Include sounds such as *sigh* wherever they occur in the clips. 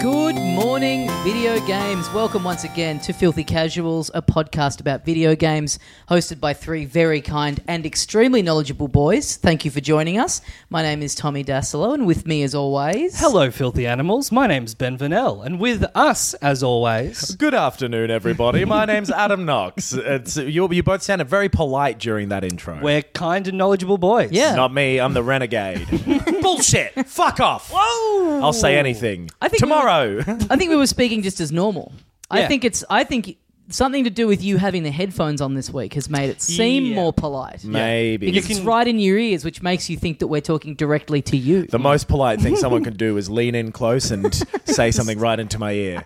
Good morning, video games. Welcome once again to Filthy Casuals, a podcast about video games hosted by three very kind and extremely knowledgeable boys. Thank you for joining us. My name is Tommy Dasilo, and with me, as always, Hello, filthy animals. My name's Ben Vanel, and with us, as always, Good afternoon, *laughs* everybody. My name's Adam Knox. It's, you, you both sounded very polite during that intro. we're kind and knowledgeable boys. Yeah. Not me. I'm *laughs* the renegade. Bullshit. Fuck off. Whoa. I'll say anything. I think we *laughs* tomorrow. I think we were speaking just as normal. I Yeah. think it's. I think something to do with you having the headphones on this week has made it seem Yeah. more polite. *laughs* Maybe Because You it's can- right in your ears, which makes you think that we're talking directly to you. the most polite thing *laughs* someone can do is lean in close and say something right into my ear.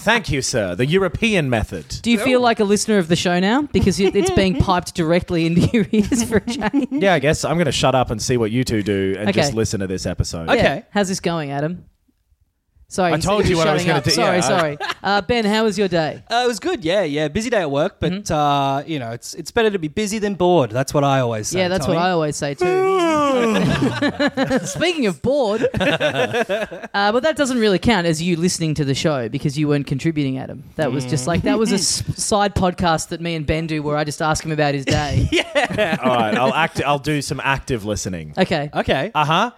Thank you, sir. The European method. Do you feel like a listener of the show now? Because it- it's *laughs* being piped directly into your ears for a change. yeah, I guess I'm going to shut up and see what you two do and Okay. just listen to this episode. Okay. Yeah. How's this going, Adam? Sorry, I you said told you were what I was shutting gonna up. do- Sorry, yeah, I- sorry. Uh, ben, how was your day? Uh, it was good. Yeah, yeah. Busy day at work, but Mm-hmm. uh, you know, it's it's better to be busy than bored. That's what I always say. yeah, that's what I always say *laughs* too. Speaking of bored, uh, but that doesn't really count as you listening to the show because you weren't contributing, Adam. That was just like that was a s- Mm. side podcast that me and Ben do where I just ask him about his *laughs* day. All right. I'll act. I'll do some *laughs* active listening. Okay, I. Okay. Uh huh.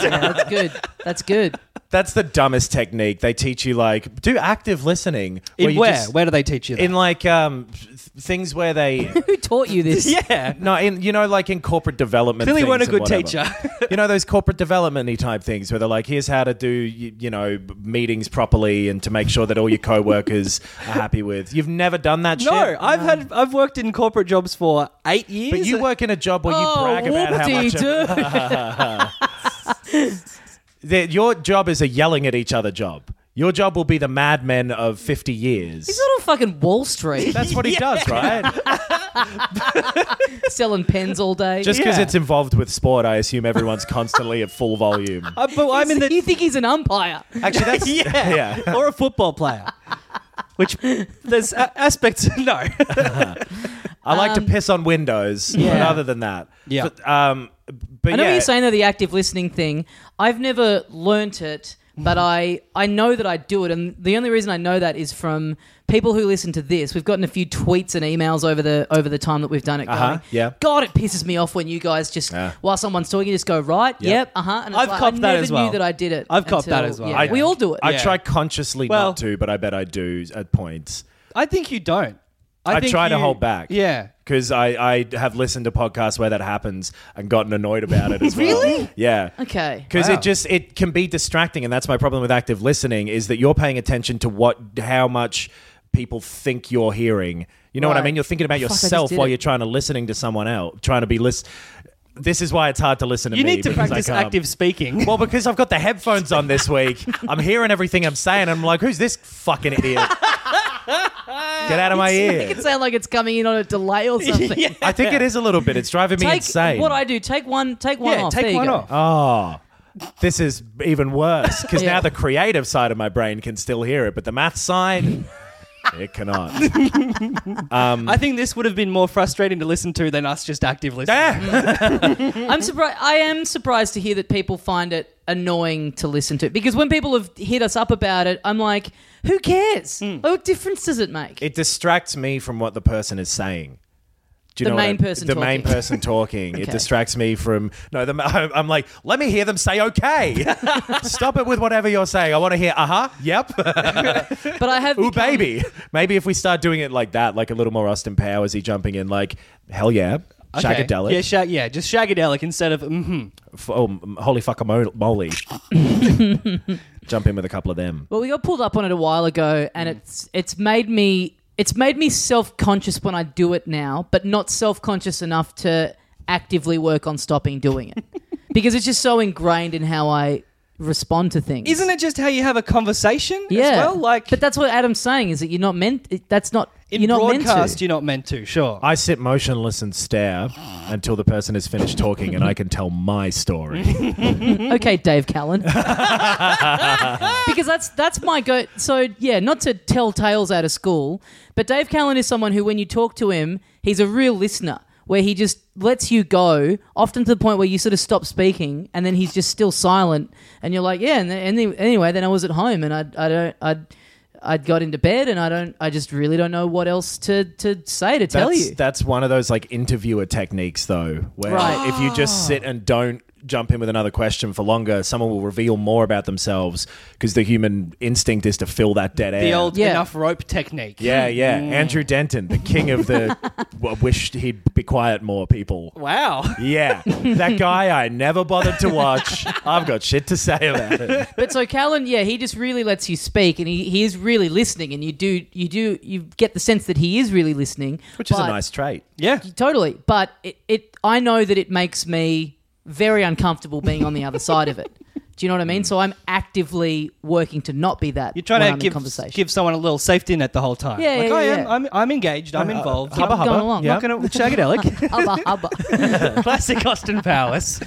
yeah, that's good. That's good. That's the dumbest technique. They teach you like do active listening. in you where? just- where do they teach you that? in *laughs* like um th- things where they Who taught you this? *laughs* yeah. no in you know like in corporate development. Clearly weren't a things and good whatever. teacher. you know those corporate development type things where they're like, here's how to do you, you know b- meetings properly and to make sure that all your coworkers are happy with. You've never done *laughs* that No, shit. I've had I've worked in corporate jobs for eight years. But you work in a job where Oh, you brag about how much of- whoop-dee-doo. that your job is a yelling at each other job. Your job will be the madmen of 50 years. He's not on fucking Wall *laughs* Street *laughs* That's what he does, right? selling pens all day. Just because Yeah. it's involved with sport, I assume everyone's constantly at full volume. Uh, but I'm in the you think he's an umpire? *laughs* Actually, that's yeah, *laughs* yeah. or a football player. *laughs* Which there's a- aspects *laughs* no. I like to piss on windows, but Yeah. other than that, Yeah. But, um, but I know yeah, what you're saying though, the active listening thing. I've never learnt it, but Mm-hmm. I, I know that I do it. And the only reason I know that is from people who listen to this. We've gotten a few tweets and emails over the over the time that we've done it. Uh-huh, Going, yeah. God, it pisses me off when you guys just, Yeah. while someone's talking, you just go, right, yep, uh huh. And it's I've like, I copped that never as well. knew that I did it. I've copped that as well. yeah. I- we all do it. I Yeah. try consciously Well- not to, but I bet I do at points I think you don't. I, I think try to you- hold back. Yeah. because I, I have listened to podcasts where that happens and gotten annoyed about it as well. Really? Yeah. Okay. Because Wow. it just it can be distracting, and that's my problem with active listening is that you're paying attention to what how much people think you're hearing. You know what I Right. mean? You're thinking about Fuck, I just yourself did while it. you're trying to listening to someone else, trying to be list. This is why it's hard to listen to You me. need to because I practice can't. active speaking. *laughs* Well, because I've got the headphones on this week, I'm hearing everything I'm saying. I'm like, who's this fucking *laughs* idiot? Get out of my Make ear. it sound like it's coming in on a delay *laughs* or something. I think it is a little bit. It's driving me Take insane. what I do. Take one. Take one *laughs* yeah, off. There take you one go. off. Oh, this is even *laughs* worse because Yeah. now the creative side of my brain can still hear it, but the *laughs* math side, it cannot. Um, I think this would have been more frustrating to listen to than us just active listening. Mm. *laughs* yeah. I'm surprised. I am surprised to hear that people find it annoying to listen to because when people have hit us up about it, I'm like, who Hmm. cares? What difference does it make? It distracts me from what the person is saying. Do you The know what main I'm- person The main talking. *laughs* person talking. It Okay. distracts me from no. The, *laughs* I'm I'm like, let me hear them say okay. *laughs* Stop it with whatever you're saying. I want to hear. Uh huh. Yep. But I have Ooh, become- baby. Maybe if we start doing it like that, like a little more Austin Powers, he jumping in like, hell yeah, Okay. shagadelic. Yeah, shag- yeah, just shagadelic instead of mm-hmm. F- oh, m- holy fuck, *laughs* moly. Jump in with a couple of them. Well, we got pulled up on it a while ago, and Hmm. it's it's made me it's made me self conscious when I do it now, but not self conscious enough to actively work on stopping doing *laughs* it because it's just so ingrained in how I respond to things. Isn't it just how you have a conversation Yeah. as well? Like but that's what Adam's saying is that you're not meant. it- That's not in you're not meant broadcast, to. you're not meant to. Sure. I sit motionless and stare until the person has finished talking and I can tell my story. okay, Dave Callan. because that's that's my go. So yeah, not to tell tales out of school, but Dave Callan is someone who, when you talk to him, he's a real listener. Where he just lets you go, often to the point where you sort of stop speaking, and then he's just still silent, and you're like, yeah. And then, and then- anyway, then I was at home, and I, I don't, I, I got into bed, and I don't, I just really don't know what else to to say to *laughs* tell That's, you. that's one of those like interviewer techniques, though, where Right. Ah. if you just sit and don't jump in with another question for longer, someone will reveal more about themselves because the human instinct is to fill that dead air. the old Yeah. enough rope technique. *laughs* Yeah, yeah. Andrew Denton, the king of the w- wish he'd be quiet more people. Wow. Yeah, that guy I never bothered to watch. I've got shit to say about it. But so Callan, yeah, he just really lets you speak, and he, he is really listening, and you do you do you get the sense that he is really listening, *laughs* Which is a but- nice trait. *laughs* Yeah. totally. But it, it I know that it makes me very uncomfortable being on the other side of it. *laughs* Do you know what I mean? So I'm actively working to not be that. You're trying when to I'm in give conversation. give someone a little safety net the whole time. Yeah, like yeah, I yeah, am. yeah. I'm, I'm engaged. I'm involved. hubba, I'm hubba. going along. Uh, Yeah. Not gonna *laughs* *laughs* shagadelic. *laughs* Hubba, hubba. *laughs* Classic Austin Powers.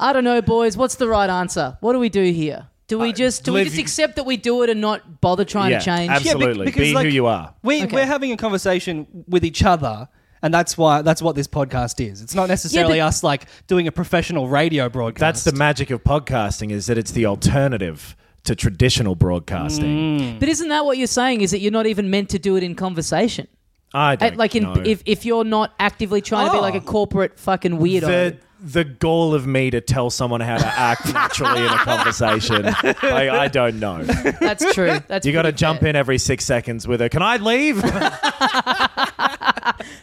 I don't know, boys. What's the right answer? What do we do here? Do we just do we live- just accept that we do it and not bother trying Yeah, to change? absolutely. because, Be who you are. We Okay. we're having a conversation with each other. And that's why that's what this podcast is. It's not necessarily but- us like doing a professional radio broadcast. That's the magic of podcasting is that it's the alternative to traditional broadcasting. But isn't that what you're saying? Is that you're not even meant to do it in conversation? I don't At- like in know. if, if you're not actively trying to be Oh. like a corporate fucking weirdo. the the goal of me to tell someone how to act naturally in a conversation, like, I don't know. That's *laughs* true. That's You got to pretty jump fair. in every six seconds with a "Can I leave?" *laughs*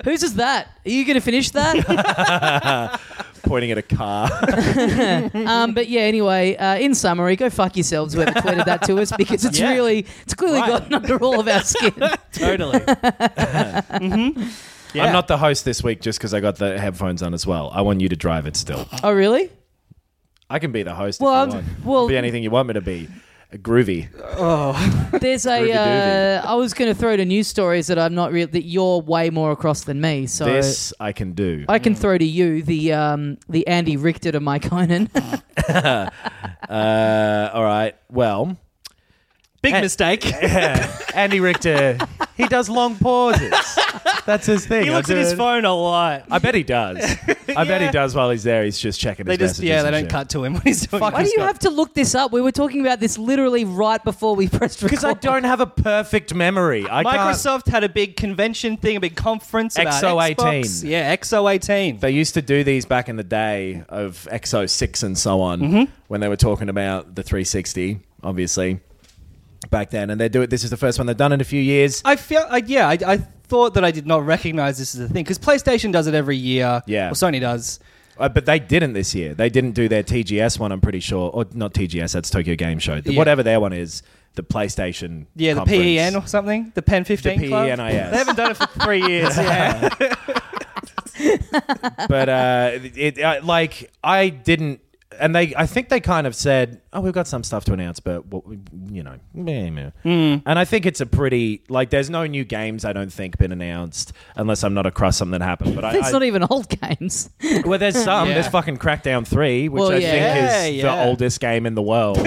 Whose is that? Are you going to finish *laughs* that? pointing at a car. um, but yeah, anyway, uh, in summary, go fuck yourselves *laughs* whoever tweeted that to us because it's Yeah. really it's clearly Right. gotten under all of our skin. *laughs* *laughs* totally. Yeah. I'm not the host this week just because I got the headphones on as well. I want you to drive it still. oh really? I can be the host Well, if you I'm- want. well- be anything you want me to be. Groovy. Uh, There's a. Ruby-doovy. Uh, I was going to throw to news stories that I'm not real that you're way more across than me. So This Mm. I can do. I can throw to you the um, the Andy Richter to Mike Conan. Uh, all right. Well, Big eh, mistake. he *laughs* Andy Richter, he does long pauses. *laughs* That's his thing. I looks at do his it- phone a lot. I bet he does. I bet he does while he's there. He's just checking They his just messages. yeah, they and don't shit. cut to him when he's doing. *laughs* Why do this. you have to look this up? We were talking about this literally right before we *laughs* pressed record. Because I don't have a perfect memory. I Can't. Microsoft had a big convention thing, a big conference about XO18. Xbox. Yeah, XO18. They used to do these back in the day of XO6 and so on Mm-hmm. when they were talking about the 360, obviously, back then. And they do it. This is the first one they've done in a few years. I feel, I, yeah, I, I thought that I did not recognize this as a thing because PlayStation does it every year. Yeah. Well, Sony does. Uh, but they didn't this year. They didn't do their TGS one, I'm pretty sure. Or not TGS, that's Tokyo Game Show. The- Yeah. Whatever their one is, the PlayStation. Yeah, the conference. PEN or something, the PEN 15 The E Club. PENIS. They haven't done it for three years. Yeah. *laughs* but uh, it, I like I didn't, and they I think they kind of said, "Oh, we've got some stuff to announce," but what we- you know, meh, meh." Hmm. and I think it's a pretty like. There's no new games I don't think been announced unless I'm not across something that happened. But I, It's I not even old *laughs* games. well, there's some. Yeah. There's fucking Crackdown Three, which Well, I yeah. think is Yeah, yeah. the oldest game in *laughs* the world,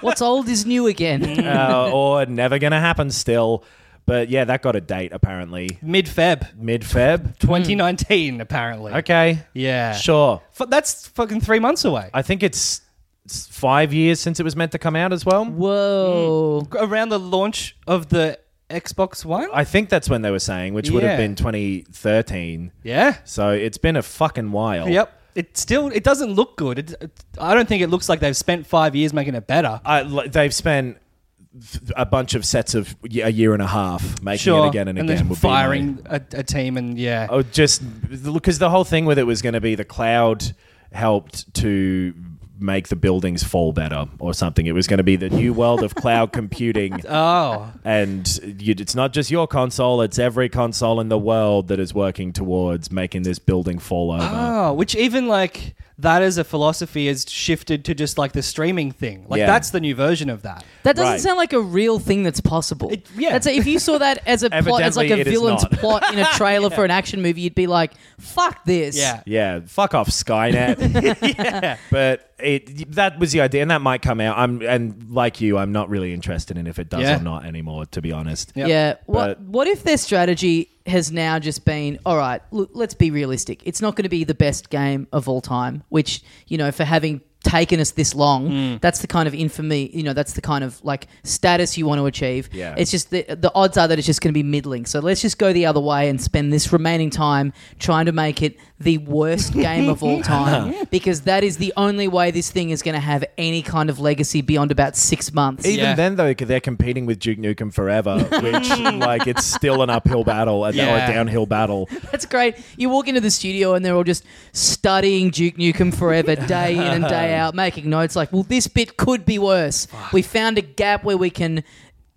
What's old is new again. uh, or never gonna happen still. But yeah, that got a date apparently Mid Feb mid Feb. 2019, apparently. Hmm. Okay, Yeah. sure. F- that's fucking three months away. I think it's it's five years since it was meant to come out as well. Whoa. Around the launch of the Xbox One? I think that's when they were saying, which would Yeah. have been 2013. yeah. So it's been a fucking while. Yep. It still it doesn't look good. It, it- I don't think it looks like they've spent five years making it better. I, like, they've spent th- a bunch of sets of y- a year and a half making it again and, again. then would be my- firing a, a team and yeah. Oh, just because the whole thing with it was going to be the cloud helped to make the buildings fall better or something. It was going to be the new world of cloud computing. *laughs* Oh, And you, it's not just your console; it's every console in the world that is working towards making this building fall over. oh, which even like that as a philosophy has shifted to just like the streaming thing. Like Yeah. that's the new version of that. That doesn't Right. sound like a real thing that's possible. It- yeah. That's a, if you saw that *laughs* as a plot, as like a Evidently, it is villain's not. plot in a *laughs* trailer for an action movie, you'd be like, "Fuck this." Yeah. Yeah, fuck *laughs* off Skynet. But it that was the idea, and that might come out. I'm and like you, I'm not really interested in if it does Yeah. or not anymore, to be honest. Yep. Yeah. What But- What if their strategy has now just been, all right, look, let's be realistic. It's not going to be the best game of all time, which you know, for having taken us this long, Hmm. that's the kind of infamy. You know, that's the kind of like status you want to achieve. Yeah. It's just the the odds are that it's just going to be middling. So let's just go the other way and spend this remaining time trying to make it the *laughs* worst game of all time because that is the only way this thing is going to have any kind of legacy beyond about six months. Even Yeah. then, though, 'cause they're competing with Duke Nukem Forever, which like it's still an uphill battle and Yeah. or a downhill battle. That's great. You walk into the studio and they're all just studying Duke Nukem forever, day in and day out, making notes like, well, this bit could be worse. We found a gap where we can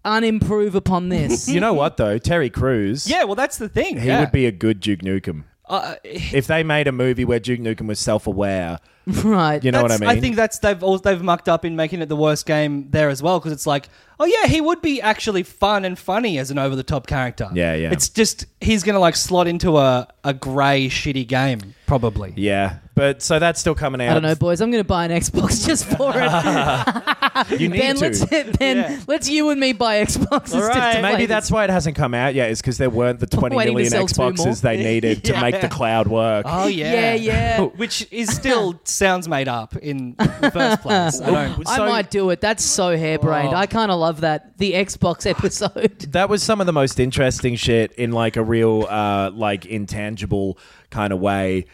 unimprove upon *laughs* this. You know what though, Terry Crews, Yeah, well that's the thing. he would be a good Duke Nukem uh, if they made a movie where Duke Nukem was self-aware. right. You know what I That's- mean? think that's they've all, they've mucked up in making it the worst game there as well because it's like, oh yeah, he would be actually fun and funny as an over the top character. Yeah, yeah. It's just he's gonna like slot into a a grey shitty game probably. yeah, but so that's still coming out. I don't know, boys. I'm going to buy an Xbox *laughs* just for it. You need ben, to. let's, *laughs* ben let's you and me buy Xboxes. All right. Just to Maybe play that's this. why it hasn't come out yet, is because there weren't the *laughs* 20 Waiting to million sell two more. Xboxes they needed *laughs* to make the cloud work. Oh Yeah, yeah, yeah. *laughs* Which *laughs* is still sounds made up in the first place. I don't. I So- might do it. That's so harebrained. Oh. I kind of love that. The Xbox episode. That was some of the most interesting shit in like a real, uh, like intangible kind of way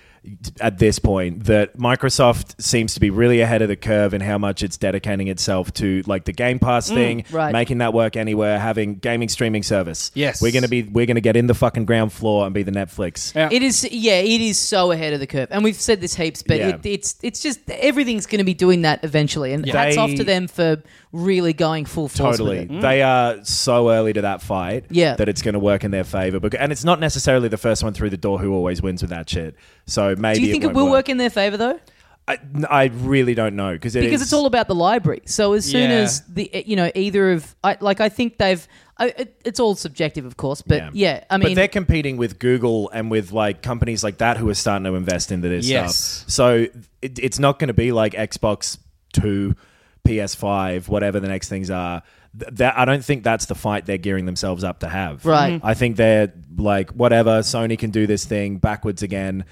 at this point that Microsoft seems to be really ahead of the curve in how much it's dedicating itself to like the Game Pass thing, Mm, right. making that work anywhere, having gaming streaming service. Yes. We're going to be, we're going to get in the fucking ground floor and be the Netflix. Yeah. It is, yeah, it is so ahead of the curve, and we've said this heaps, but Yeah. it, it's it's just everything's going to be doing that eventually, and hats They- off to them for really going full force. with Totally. Mm. it. They are so early to that fight Yeah. that it's going to work in their favor. Bec- And it's not necessarily the first one through the door who always wins with that shit. So maybe Do you think it, won't will work. in their favor though? I, I really don't know because Because it's all about the library. So as soon Yeah. as the you know either of I, like I think they've I, it, it's all subjective of course, but yeah, I mean but they're competing with Google and with like companies like that who are starting to invest into this Yes. stuff. So it, it's not going to be like Xbox Two, PS Five, whatever the next things are. Th- that I don't think that's the fight they're gearing themselves up to have. Right. Mhm. I think they're like whatever Sony can do this thing backwards again.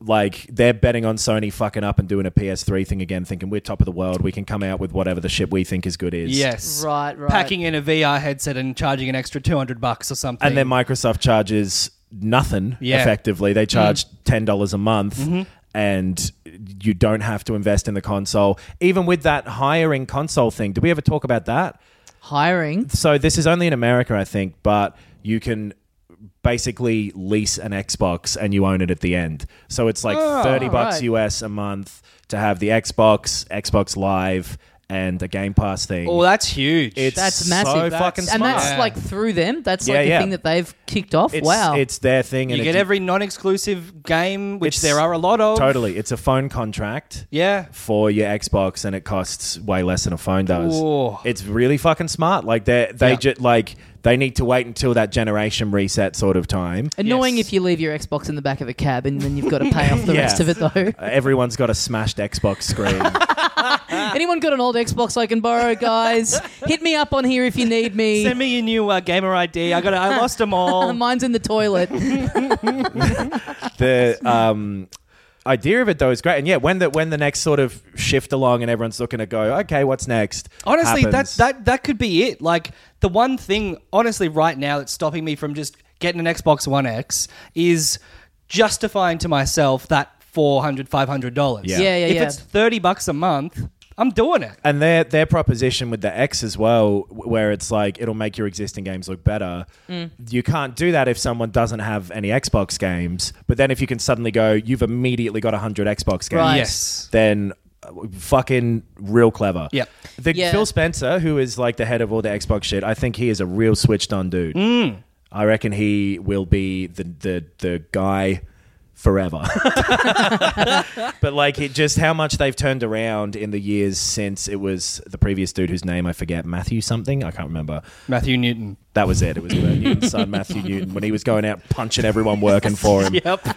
Like they're betting on Sony fucking up and doing a PS3 thing again, thinking we're top of the world. We can come out with whatever the shit we think is good is. Yes. Right, right. Packing in a VR headset and charging an extra two hundred bucks or something. and then Microsoft charges nothing Yeah. Mm. Mm-hmm. effectively. They charge ten dollars a month, and you don't have to invest in the console. Even with that hiring console thing, did we ever talk about that? hiring. So this is only in America, I think, but you can basically lease an Xbox and you own it at the end. So it's like Ah, thirty bucks right. US a month to have the Xbox, Xbox Live, and a Game Pass thing. oh, that's huge. it's That's So massive. fucking And smart. that's Yeah. like through them. That's Yeah, like a yeah. thing that they've kicked off. It's, wow. it's their thing. And you if get you- every non-exclusive game, which It's- there are a lot of. Totally. It's a phone contract Yeah. for your Xbox and it costs way less than a phone does. Whoa. It's really fucking smart. Like they they Yeah. just like they need to wait until that generation reset sort of time. Annoying Yes. if you leave your Xbox in the back of a cab and then you've got to pay off the *laughs* Yeah. rest of it though. Uh, Everyone's got a smashed Xbox *laughs* screen. Anyone got an old Xbox I can borrow, guys? Hit me up on here if you need me. *laughs* Send me your new uh, gamer ID. I got. I *laughs* lost them all. Mine's in the toilet. the um idea of it though is great. And yeah, when the when the next sort of shift along and everyone's looking to go, okay, what's next? Honestly, that, happens. that that could be it. Like the one thing, honestly, right now that's stopping me from just getting an Xbox One X is justifying to myself that 400 dollars. Yeah. Yeah, yeah, If yeah. it's thirty bucks a month, I'm doing it. and their their proposition with the X as well, w- where it's like it'll make your existing games look better. You can't do that if someone doesn't have any Xbox games. But then if you can suddenly go, you've immediately got hundred Xbox games. Right. Yes. Then uh, fucking real clever. Yep. The, Yeah. Phil Spencer, who is like the head of all the Xbox shit, I think he is a real switched on dude. Hmm. I reckon he will be the the the guy forever. *laughs* but like it just how much they've turned around in the years since it was the previous dude whose name I forget, Matthew something, I can't remember. Matthew Newton. That was it. It was about Newton's *laughs* son, Matthew Newton, when he was going out punching everyone working *laughs* for him. *laughs* Yep.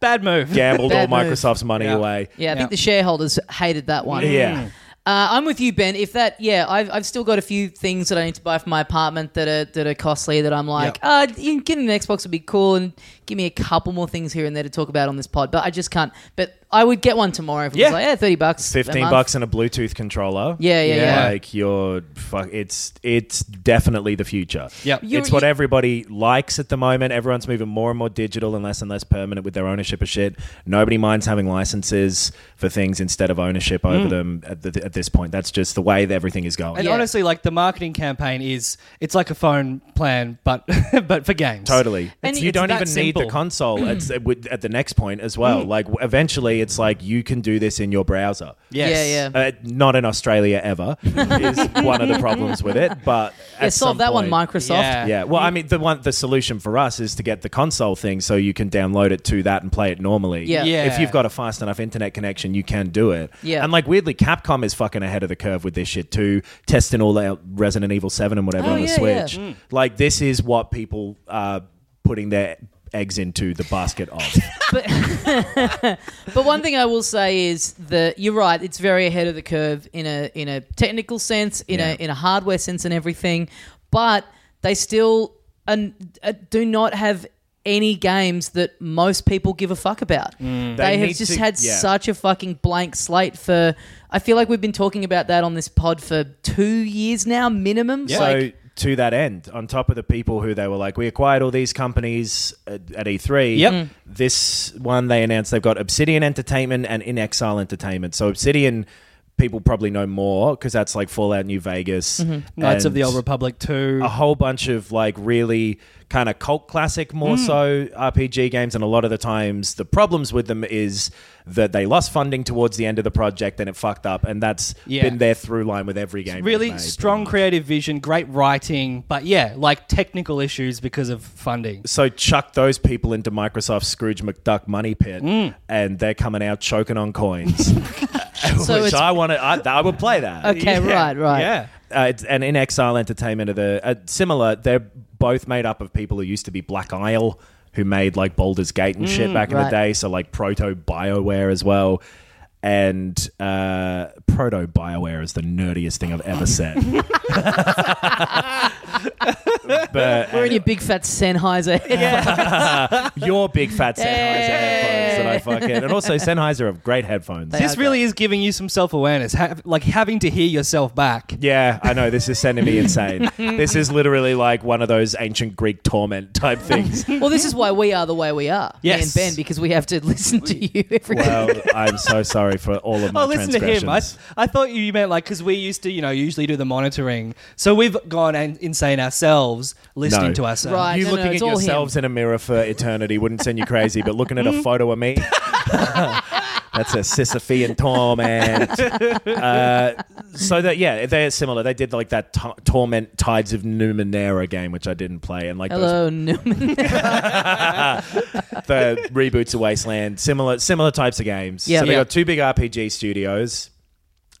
Bad move. Gambled all Bad move. Microsoft's money Yeah. Hmm. away. Yeah, I Yeah. think the shareholders hated that one. Yeah. Uh, I'm with you, Ben. If that, yeah, I've, I've still got a few things that I need to buy for my apartment that are that are costly. That I'm like, Yep. uh, you- getting an Xbox would be cool, and give me a couple more things here and there to talk about on this pod. But I just can't. But I would get one tomorrow if it Yeah. was like, yeah, thirty bucks, a 15 month. bucks and a Bluetooth controller. Yeah, yeah, Yeah. yeah. Like you're fuck it's it's definitely the future. Yep. You're- it's what you- everybody likes at the moment. Everyone's moving more and more digital and less and less permanent with their ownership of shit. Nobody minds having licenses for things instead of ownership over Mm. them at, the, at this point. That's just the way that everything is going. And Yeah. honestly, like the marketing campaign is, it's like a phone plan, but *laughs* but for games. Totally. And you it's don't that even need simple. the console *clears throat* it's, it would- at the next point as well. Mm. Like w- eventually it's like you can do this in your browser. Yes. Yeah, yeah. Uh, not in Australia ever *laughs* is one of the problems with it. But Yeah, at some solve that point- one, Microsoft. Yeah. Yeah, well, I mean, the one the solution for us is to get the console thing so you can download it to that and play it normally. Yeah. Yeah. If you've got a fast enough internet connection, you can do it. Yeah. And like weirdly, Capcom is fucking ahead of the curve with this shit too, testing all out Resident Evil Seven and whatever Oh, on the yeah, Switch. yeah. Like this is what people are putting their eggs into the basket of. *laughs* But one thing I will say is that you're right. It's very ahead of the curve in a in a technical sense, in Yeah. a in a hardware sense, and everything. But they still and uh, do not have any games that most people give a fuck about. They, Mm. They have need just to- had yeah. such a fucking blank slate for. I feel like we've been talking about that on this pod for two years now, minimum. So Like, to that end, on top of the people who they were like, we acquired all these companies at, at E3. Yep. Mm. This one they announced they've got Obsidian Entertainment and In Exile Entertainment. So Obsidian people probably know more because that's like Fallout New Vegas, Mm-hmm. Knights of and the Old Republic 2. a whole bunch of like really kind of cult classic, more Mm. so RPG games. And a lot of the times, the problems with them is that they lost funding towards the end of the project and it fucked up. And that's Yeah. been their through line with every game. they've really made, strong pretty much. creative vision, great writing, but yeah, like technical issues because of funding. so chuck those people into Microsoft's Scrooge McDuck money pit, Mm. and they're coming out choking on *laughs* coins. *laughs* it's- which I want to. I, I would play that. Okay, right, right. Yeah. Uh, it's, and in Exile Entertainment are the uh, similar. They're both made up of people who used to be Black Isle, who made like Baldur's Gate and shit back in Mm, right. the day. So like proto Bioware as well. And uh, proto Bioware is the nerdiest thing I've *laughs* ever said. but we're in your big fat Sennheiser. *laughs* your big fat Sennheiser Hey. headphones that I fucking and also Sennheiser have great headphones. They This Okay. really is giving you some self awareness, ha- like having to hear yourself back. yeah, I know this is sending me insane. this is literally like one of those ancient Greek torment type things. well, this is why we are the way we are, me and Yes. Ben, because we have to *laughs* listen to you every day. Well, I'm so sorry for all of my Oh, listen to him. I, transgressions. I thought you meant like because we used to, you know, usually do the monitoring. So we've gone an- insane ourselves listening No. to ourselves. Right. you no, no, looking it's at all him. yourselves in a mirror for eternity wouldn't send you crazy, but looking at a photo of me. That's a Sisyphean torment. Uh, so that yeah, they're similar. They did like that t- torment Tides of Numenera game, which I didn't play, and like *laughs* those Hello, Mm-hmm. Newman. the reboots of Wasteland, similar similar types of games. Yeah. so they Yeah. got two big RPG studios,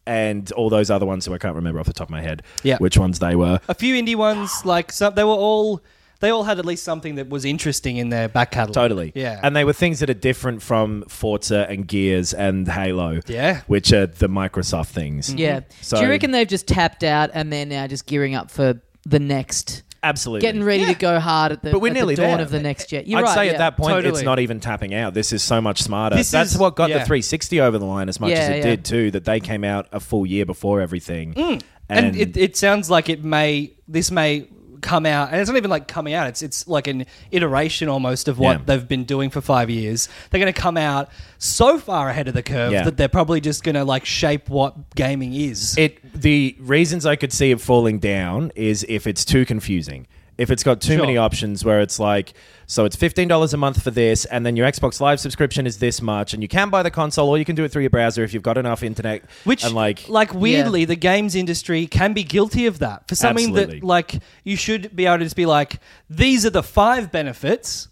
and all those other ones who I can't remember off the top of my head. Yeah. which ones they were. A few indie ones, like some, they were all, they all had at least something that was interesting in their back catalog. Totally. Yeah. And they were things that are different from Forza and Gears and Halo. Yeah. Which are the Mmicrosoft things. Mm. Yeah. So- Do you reckon they've just tapped out and they're now just gearing up for the next? Absolutely. getting ready to go hard at the, But we're at the nearly dawn there. of the next jet. You're I'd right, say yeah. at that point, it's Totally. not even tapping out. This is so much smarter. This That's is- what got yeah. the 360 over the line as much Yeah, as it yeah. did, too, that they came out a full year before everything. and, it, it sounds like it may this may come out and it's not even like coming out it's it's like an iteration almost of what Yeah. they've been doing for five years they're going to come out so far ahead of the curve Yeah. that they're probably just going to like shape what gaming is It the reasons I could see it falling down is if it's too confusing. If it's got too Sure. many options where it's like, so it's fifteen dollars a month for this, and then your Xbox Live subscription is this much, and you can buy the console or you can do it through your browser if you've got enough internet. Which, and like, like, weirdly, the games industry can be guilty of that for something Absolutely. that, like, you should be able to just be like, these are the five benefits,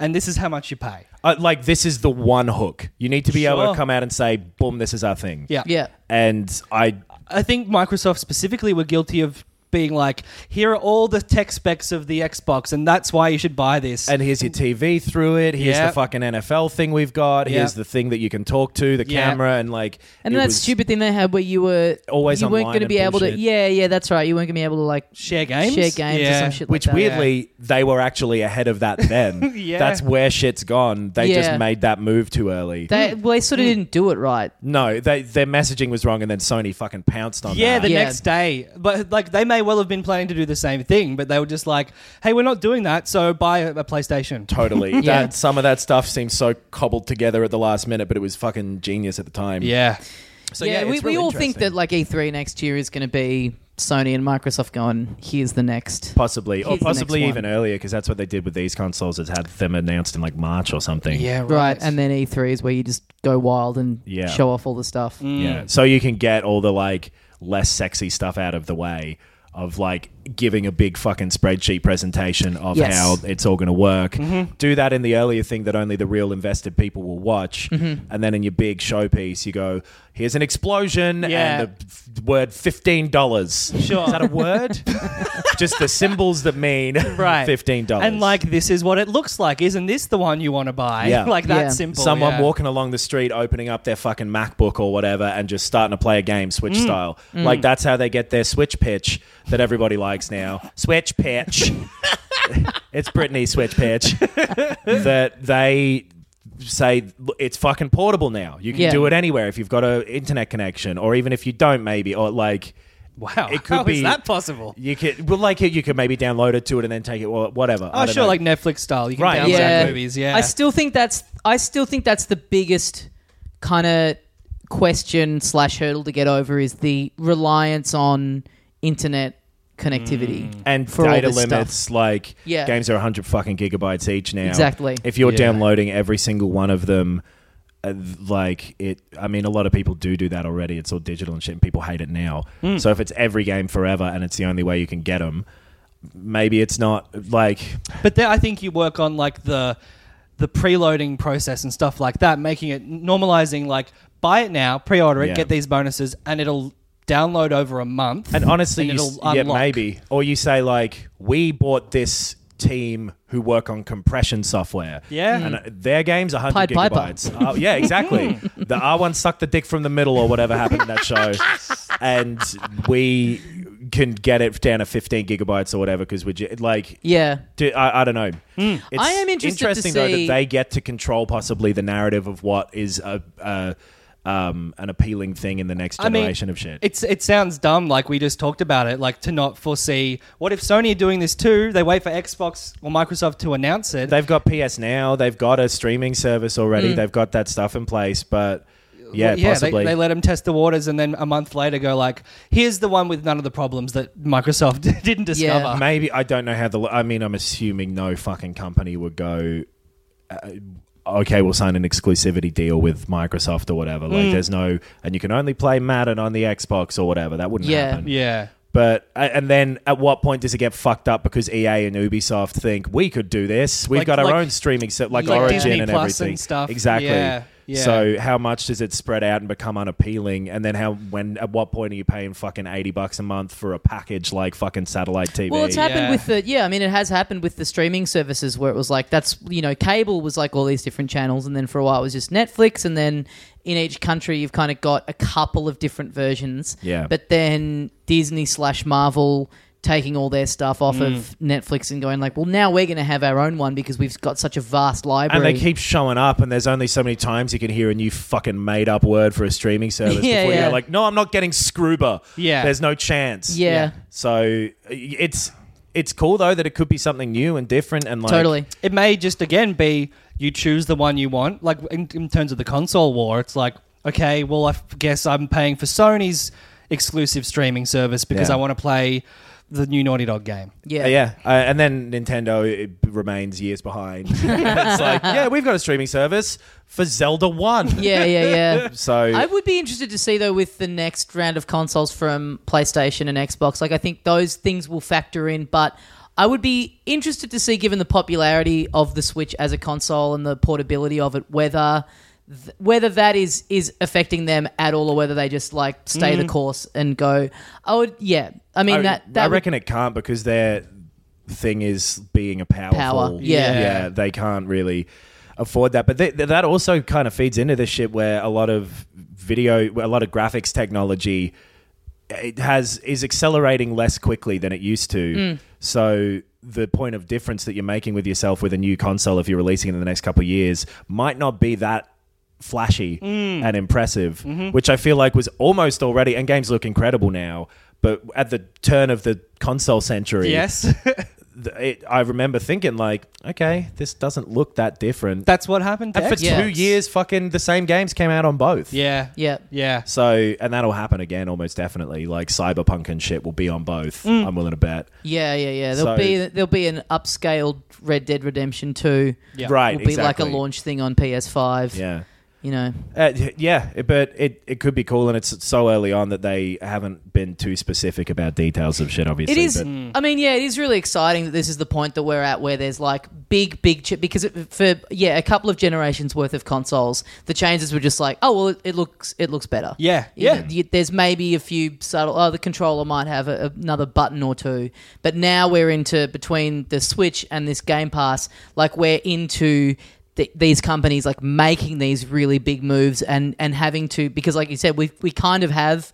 and this is how much you pay. uh, like this is the one hook. You need to be able Sure. to come out and say, boom, this is our thing. Yeah. Yeah. And I I think Microsoft specifically were guilty of being like, here are all the tech specs of the Xbox, and that's why you should buy this. and here's your TV through it. Here's Yeah. the fucking NFL thing we've got. Yeah. Here's the thing that you can talk to the Yeah. camera and like. And it then that was- stupid thing they had where you were Always you weren't online gonna and be able to. bullshit. Yeah, yeah, that's right. You weren't going to be able to like share games? share games or some shit Which like that. weirdly, they were actually ahead of that *laughs* then. Yeah. That's where shit's gone. They Yeah. just made that move too early. They, well, they Hmm. sort of didn't do it right. no, they, their messaging was wrong, and then Sony fucking pounced on Yeah, that. the Yeah. next day. But like they may well have been planning to do the same thing, but they were just like, "Hey, we're not doing that, so buy a, a PlayStation." totally. *laughs* Yeah. That some of that stuff seemed so cobbled together at the last minute, but it was fucking genius at the time. Yeah. So yeah, we, it's we really all think that interesting. like E3 next year is going to be Sony and Microsoft going, here's the next. possibly, or Here's the next possibly one. even earlier, because that's what they did with these consoles. Is had them announced in like March or something. Yeah, right. Right, and then E3 is where you just go wild and Yeah. show off all the stuff. Mm. Yeah. Mm. So you can get all the like less sexy stuff out of the way of like giving a big fucking spreadsheet presentation of Yes. how it's all going to work. Mm-hmm. Do that in the earlier thing that only the real invested people will watch. Mm-hmm. And then in your big showpiece, you go, here's an explosion Yeah. and the f- word $15. Sure. Is that *laughs* a word? Just the symbols that mean right $15. and like this is what it looks like isn't this the one you want to buy *laughs* Yeah. like that Yeah. simple someone yeah. walking along the street opening up their fucking macbook or whatever and just starting to play a game switch Mm. style like that's how they get their switch pitch that everybody *laughs* likes now switch pitch it's brittany switch *laughs* pitch that they say "Look, it's fucking portable now you can Yeah. do it anywhere if you've got an internet connection or even if you don't maybe or like wow it *laughs* could how be is that possible you could well like you could maybe download it to it and then take it well, whatever I oh don't sure know. like netflix style you can Right, download exactly. movies yeah I still think that's I still think that's the biggest kind of question slash hurdle to get over is the reliance on internet connectivity. Mm. and Mm. for all data this stuff. limits like Yeah. games are 100 fucking gigabytes each now Exactly. if you're Yeah. downloading every single one of them uh, like it i mean a lot of people do do that already it's all digital and shit and people hate it now so if it's every game forever and it's the only way you can get them maybe it's not like but there, i think you work on like the the preloading process and stuff like that making it normalizing like buy it now pre-order it Yeah. get these bonuses and it'll download over a month and honestly And you, it'll s- yeah unlock. maybe or you say like we bought this team who work on compression software Yeah. and uh, their games are 100 Pied Piper. gigabytes Uh, *laughs* yeah exactly Hmm. the r1 sucked the dick from the middle or whatever happened in that show and we can get it down to 15 gigabytes or whatever because we're ju- like Yeah. do, I, I don't know. Hmm. It's I am interested to interesting though see- that they get to control possibly the narrative of what is a, a um, an appealing thing in the next I mean, generation of shit. It's it sounds dumb, like we just talked about it, like to not foresee. What if Sony are doing this too? They wait for Xbox or Microsoft to announce it. They've got PS Now. They've got a streaming service already. They've got that stuff in place, but yeah, Hmm. Well, yeah, possibly. They, they let them test the waters, and then a month later go like, "Here's the one with none of the problems that Microsoft *laughs* didn't discover." Yeah. Maybe I don't know how the. I mean, I'm assuming no fucking company would go. Uh, okay, we'll sign an exclusivity deal with Microsoft or whatever. Hmm. Like, there's no, and you can only play Madden on the Xbox or whatever. That wouldn't Yeah. happen. Yeah. But a- and then at what point does it get fucked up because EA and Ubisoft think we could do this? We've Like- got our like- own streaming set like, like Origin Disney and Plus everything and stuff. Exactly. Yeah, yeah. So how much does it spread out and become unappealing? And then how when at what point are you paying fucking eighty bucks a month for a package like fucking satellite TV? Well, it's happened Yeah. with the yeah. I mean, it has happened with the streaming services where it was like that's you know cable was like all these different channels, and then for a while it was just Netflix, and then in each country you've kind of got a couple of different versions. Yeah. But then Disney slash Marvel taking all their stuff off Mm. of Netflix and going like, well, now we're going to have our own one because we've got such a vast library. And they keep showing up, and there's only so many times you can hear a new fucking made up word for a *laughs* streaming service Yeah, before yeah. you're like, no, I'm not getting Scrooba. Yeah. There's no chance. yeah, Yeah. So it's it's cool though that it could be something new and different and like uh, totally. It may just again be you choose the one you want. Like in, in terms of the console war, it's like okay, well, I f- guess I'm paying for Sony's exclusive streaming service because Yeah. I want to play the new Naughty Dog game. Yeah, Yeah, yeah. Uh, and then Nintendo it remains *laughs* years behind. it's like, yeah, we've got a streaming service for Zelda One. yeah, yeah, yeah. So I would be interested to see though with the next round of consoles from PlayStation and Xbox. Like I think those things will factor in, but I would be interested to see, given the popularity of the Switch as a console and the portability of it, whether th- whether that is is affecting them at all, or whether they just like stay the course and go. I would, yeah. I mean Mm. I, that that I would- reckon it can't because their thing is being a powerful. Power, yeah. yeah. They can't really afford that. But th th- that also kind of feeds into this shit where a lot of video, a lot of graphics technology, it has is accelerating less quickly than it used to. So the point of difference that you're making with yourself with a new console, if you're releasing it in the next couple of years, might not be that flashy and impressive, which I feel like was almost already. And games look incredible now, but at the turn of the console century, Yes, th- it, I remember thinking like, okay, this doesn't look that *laughs* different. that's what happened. To and for Xbox. Yeah. two years, fucking the same games came out on both. yeah, Yeah. yeah. So, and that'll happen again almost definitely. Like Cyberpunk and shit will be on both. Mm. I'm willing to bet. Yeah, yeah, yeah. There'll So- be there'll be an upscaled Red Dead Redemption Two. Yeah. Right. will be exactly. like a launch thing on PS5. Yeah. You know, Uh, y- yeah, it- but it, it could be cool, and it's so early on that they haven't been too specific about details of shit. Obviously, it is. but- I mean, yeah, it is really exciting that this is the point that we're at where there's like big, big ch- because it, for yeah, a couple of generations worth of consoles, the changes were just like, oh well, it, it looks it looks better. Yeah, You yeah. know, you- there's maybe a few subtle. Oh, the controller might have a, another button or two, but now we're into between the Switch and this Game Pass. Like we're into th- these companies like making these really big moves and and having to because, like you said, we we kind of have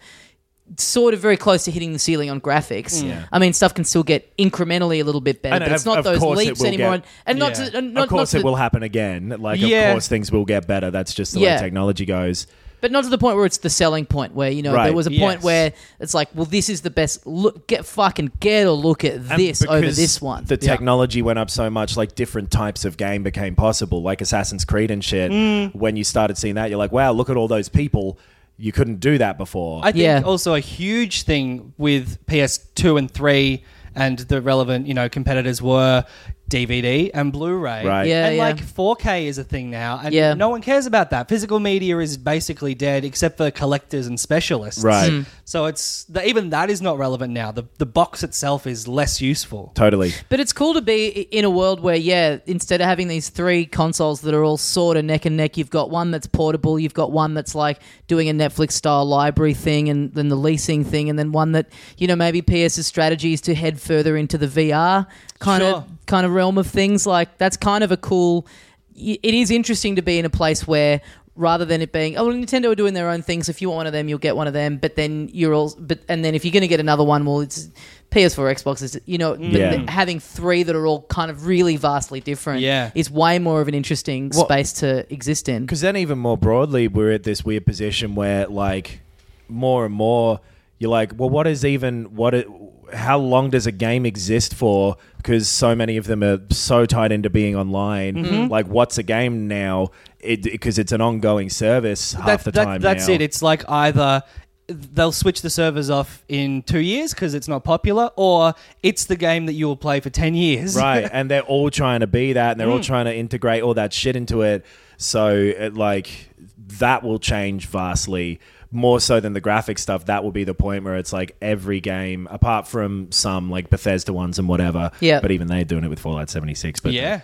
sort of very close to hitting the ceiling on graphics. I mean, stuff can still get incrementally a little bit better, And but Mm. of- it's not of those course it leaps will anymore. get- and and not Yeah. to, and not, of course, not to, it will happen again. Like, Yeah. of course, things will get better. That's just the Yeah. way technology goes. but not to the point where it's the selling point where you know Right, there was a point yes. where it's like, well, this is the best. Look, get fucking get a look at And this over because this one. The technology went up so much, like different types of game became possible, like Assassin's Creed and shit. Mm. When you started seeing that, you're like, wow, look at all those people. You couldn't do that before. I think Yeah. also a huge thing with PS2 and 3 and the relevant, you know, competitors were DVD and Blu-ray. Right. Yeah, and yeah. like 4K is a thing now and Yeah. no one cares about that. Physical media is basically dead except for collectors and specialists. Right. Hmm. Mm. So it's th- even that is not relevant now. The the box itself is less useful. totally. But it's cool to be i- in a world where, yeah, instead of having these three consoles that are all sort of neck and neck, you've got one that's portable, you've got one that's like doing a Netflix style library thing, and then the leasing thing, and then one that you know maybe PS's strategy is to head further into the VR kind Sure. of kind of realm of things. Like that's kind of a cool. y- It is interesting to be in a place where. Rather than it being, oh, well, Nintendo are doing their own things. If you want one of them, you'll get one of them. But then you're all, but and then if you're going to get another one, well, it's PS4, Xbox is, you know, but Yeah. the- having three that are all kind of really vastly different Yeah. is way more of an interesting Well- space to exist in. Because then, even more broadly, we're at this weird position where, like, more and more, you're like, well, what is even what? It, how long does a game exist for? Because so many of them are so tied into being online. Mm-hmm. Like, what's a game now? Because it's an ongoing service That- half the that- time. that's now. it. It's like either they'll switch the servers off in 2 years because it's not popular or it's the game that you will play for 10 *laughs* years. right and they're all trying to be that and they're all trying to integrate all that shit into it so it, like that will change vastly more so than the graphic stuff that will be the point where it's like every game apart from some like bethesda ones and whatever Yeah. but even they're doing it with fallout 76 but Yeah.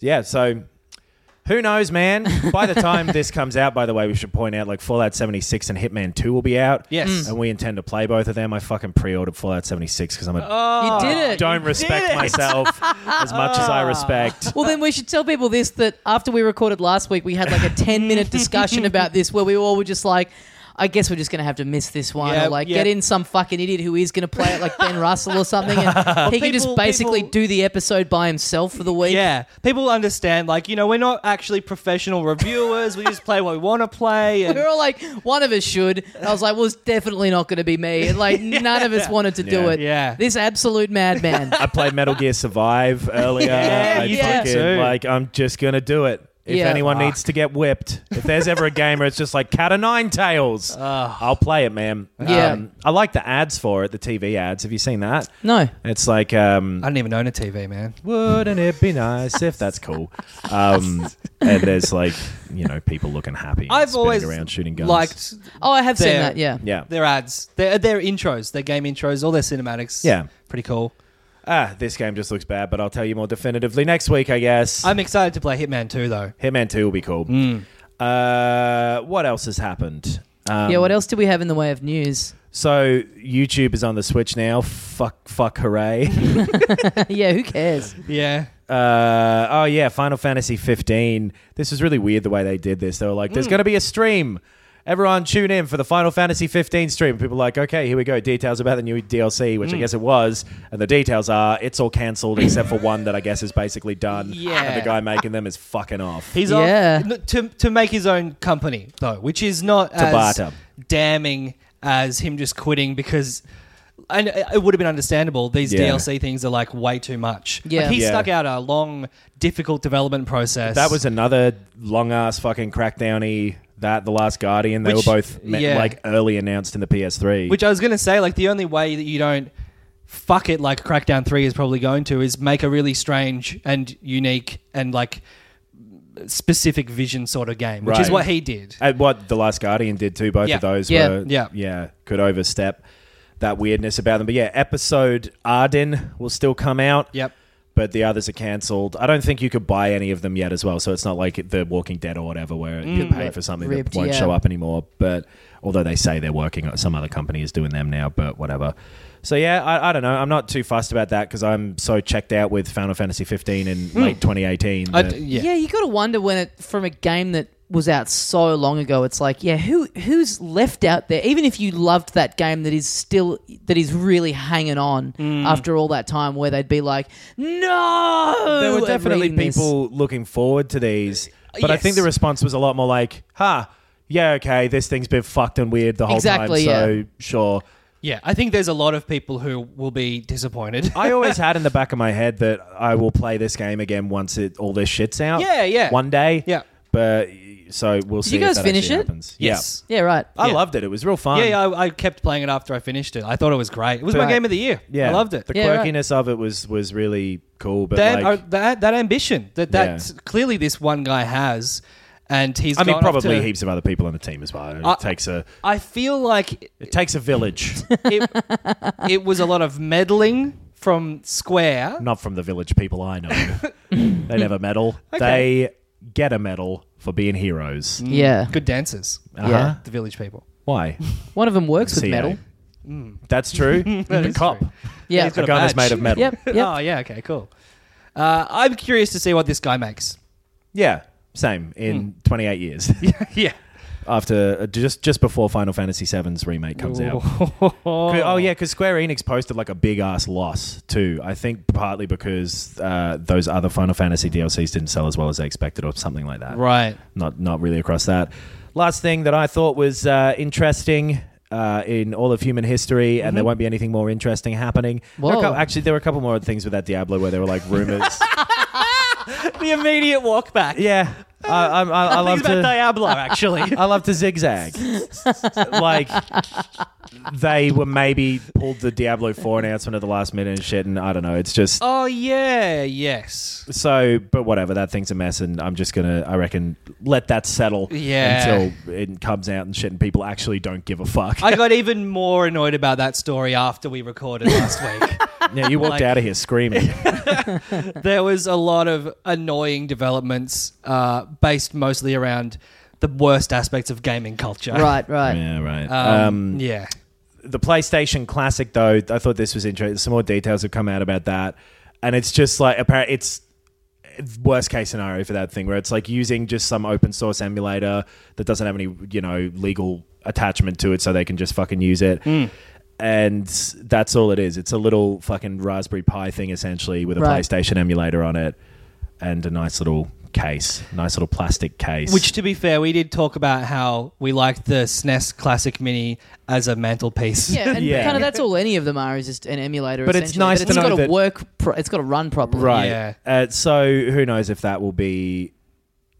yeah so who knows, man? By the time this comes out, by the way, we should point out like Fallout 76 and Hitman 2 will be out. Yes. Mm. And we intend to play both of them. I fucking pre ordered Fallout 76 because I'm a Oh, you did it. don't respect it. myself as much as Ah. I respect. Well, then we should tell people *laughs* this that after we recorded last week, we had like a 10 minute discussion about this where we all were just like, I guess we're just going to have to miss this one, Yeah, or like yeah. get in some fucking idiot who is going to play it like *laughs* Ben Russell or something, and he can just people- basically people- do the episode by himself for the week. Yeah, people understand. Like, you know, we're not actually professional reviewers. we just play what we want to play. We *laughs* And were all like, one of us should. And I was like, well, it's definitely not going to be me. And *laughs* like, none of us wanted to do Yeah. it. Yeah. This absolute madman. *laughs* I played Metal Gear Survive *laughs* earlier. Yeah, I you did fucking, too. like I'm just gonna do it. If Yeah. anyone needs to get whipped, if there's ever a game where it's just like cat o' nine tails, Ah. I'll play it, man. Um, Yeah. I like the ads for it, the TV ads. Have you seen that? no. It's like, um, *laughs* I don't even own a TV, man. wouldn't it be nice if that's cool? Um, and there's like, you know, people looking happy. and I've spinning always around shooting guns. liked Oh, I have seen There. that. Yeah. yeah, their ads, their, their intros, their game intros, all their cinematics. Yeah. Pretty cool. ah, this game just looks bad, but I'll tell you more definitively next week, I guess. I'm Mm. excited to play Hitman 2, though. Hitman Two will be cool. Uh, what else has happened? Um, yeah. What else do we have in the way of news? *laughs* So YouTube is on the Switch now. Fuck, fuck, hooray! *laughs* yeah. Who cares? Yeah. uh, oh yeah, Final Fantasy 15. This was really weird the way they did this. They were like, "There's Mm. going to be a stream. Everyone tune in for the Final Fantasy 15 stream." People were like, "Okay, here we go. Details about the new DLC, Mm. which I guess it was." And the details are, it's all cancelled except for one that I guess is basically done. *laughs* Yeah. and the guy making them is fucking off. He's Yeah. off to, to make his own company, though, which is not as Tabata. damning as him just quitting because. And it would have been understandable. These Yeah. DLC things are like way too much. Yeah. Like, he Yeah. stuck out a long, difficult development process. That was another long ass fucking crackdowny. That the Last Guardian. They Which- were both me- yeah. like early announced in the PS3. Which I was going to say, like, the only way that you don't fuck it like Crackdown 3 is probably going to is make a really strange and unique and, like, specific vision sort of game, which is Right. what he did. And what The Last Guardian did too, both Yeah. of those Yeah. were Yeah. yeah, could overstep that weirdness about them. But yeah, episode Arden will still come out. Yep. But the others are cancelled. I don't think you could buy any of them yet as well. So it's not like The Walking Dead or whatever where you pay for something Mm. Ripped, that won't yeah. show up anymore. But although they say they're working on some other company is doing them now, but whatever. So yeah, I, I don't know. I'm not too fussed about that because I'm so checked out with Final Fantasy 15 in Hmm. late 2018. I- that- yeah. you got to wonder when it from a game that was out so long ago. It's like, yeah, who who's left out there? Even if you loved that game, that is still that is really hanging on Mm. after all that time, where they'd be like, no, there were at definitely reading this. people looking forward to these, but I think yes. the response was a lot more like, "Ha, yeah, okay, this thing's been fucked and weird the whole Exactly, time." So yeah. sure. Yeah, I think there's a lot of people who will be disappointed. I *laughs* always had in the back of my head that I will play this game again once it all this shit's out. Yeah, yeah. One day. Yeah. But so we'll see. you if guys that finish actually it? Happens. yes. Yeah, right. Yeah. I Yeah. loved it. It was real fun. Yeah, yeah I, I kept playing it after I finished it. I thought it was great. It was my Right. game of the year. Yeah. I loved it. The Yeah, right. quirkiness of it was was really cool. But that, like, uh, that that ambition that Yeah. that clearly this one guy has, and he's. I mean, gone off probably to- heaps of other people on the team as well. It I- takes a I feel like it takes *laughs* a village, it, it was a lot of meddling from Square. not from the village people I know. *laughs* they never medal. Okay. Mm. They get a medal for being heroes. Yeah, Uh-huh. Good dancers, Yeah. the village people. Why? one of them works with CA. metal. *laughs* That's true. the is cop. true. *laughs* Yeah, he's got The a gun is badge. made of metal. yep, *laughs* yep. *laughs* Oh yeah, okay, cool. Uh, I'm curious to see what this guy *laughs* makes. Yeah. Same in 28 years yeah. after uh, just just before Final Fantasy VII's remake comes *laughs* out. Oh yeah, because Square Enix posted like a big ass loss too. I think partly because uh, those other Final Fantasy DLCs didn't sell as well as they expected, or something like that. Right. not not really across that. Last thing that I thought was uh, interesting uh, in all of human history, and there won't be anything more interesting happening. There were a Whoa. couple- actually, there were a couple more things with that Diablo where there were like rumors. The immediate walk back. yeah, I, I, I, I I love think it's about to. Diablo *laughs* actually. I love to zigzag. like they were maybe pulled the Diablo Four announcement at the last minute and shit, and I don't know. It's just oh yeah, yes. So, but whatever, that thing's a mess, and I'm just gonna, I reckon, let that settle Yeah. until it comes out and shit, and people actually don't give a fuck. I got even more annoyed about that story after we recorded last *laughs* week. yeah, you walked like- out of here screaming. there was a lot of annoying developments uh, based mostly around the worst aspects of gaming culture. Right, right. yeah, right. Um, yeah. the PlayStation Classic, though, I thought this was interesting. Some more details have come out about that, and it's just like apparent. It's worst case scenario for that thing where it's like using just some open source emulator that doesn't have any you know legal attachment to it so they can just fucking use it. Hmm. And that's all it is. It's a little fucking Raspberry Pi thing essentially with a Right. PlayStation emulator on it and a nice little case, nice little plastic case. Which, to be fair, we did talk about how we liked the SNES Classic Mini as a mantelpiece. Yeah, and Yeah. kind of that's all any of them are is just an emulator. But it's essentially. nice but to it's know got to that- work. Pro- it's got to run properly. Right. Yeah. Uh, so who knows if that will be?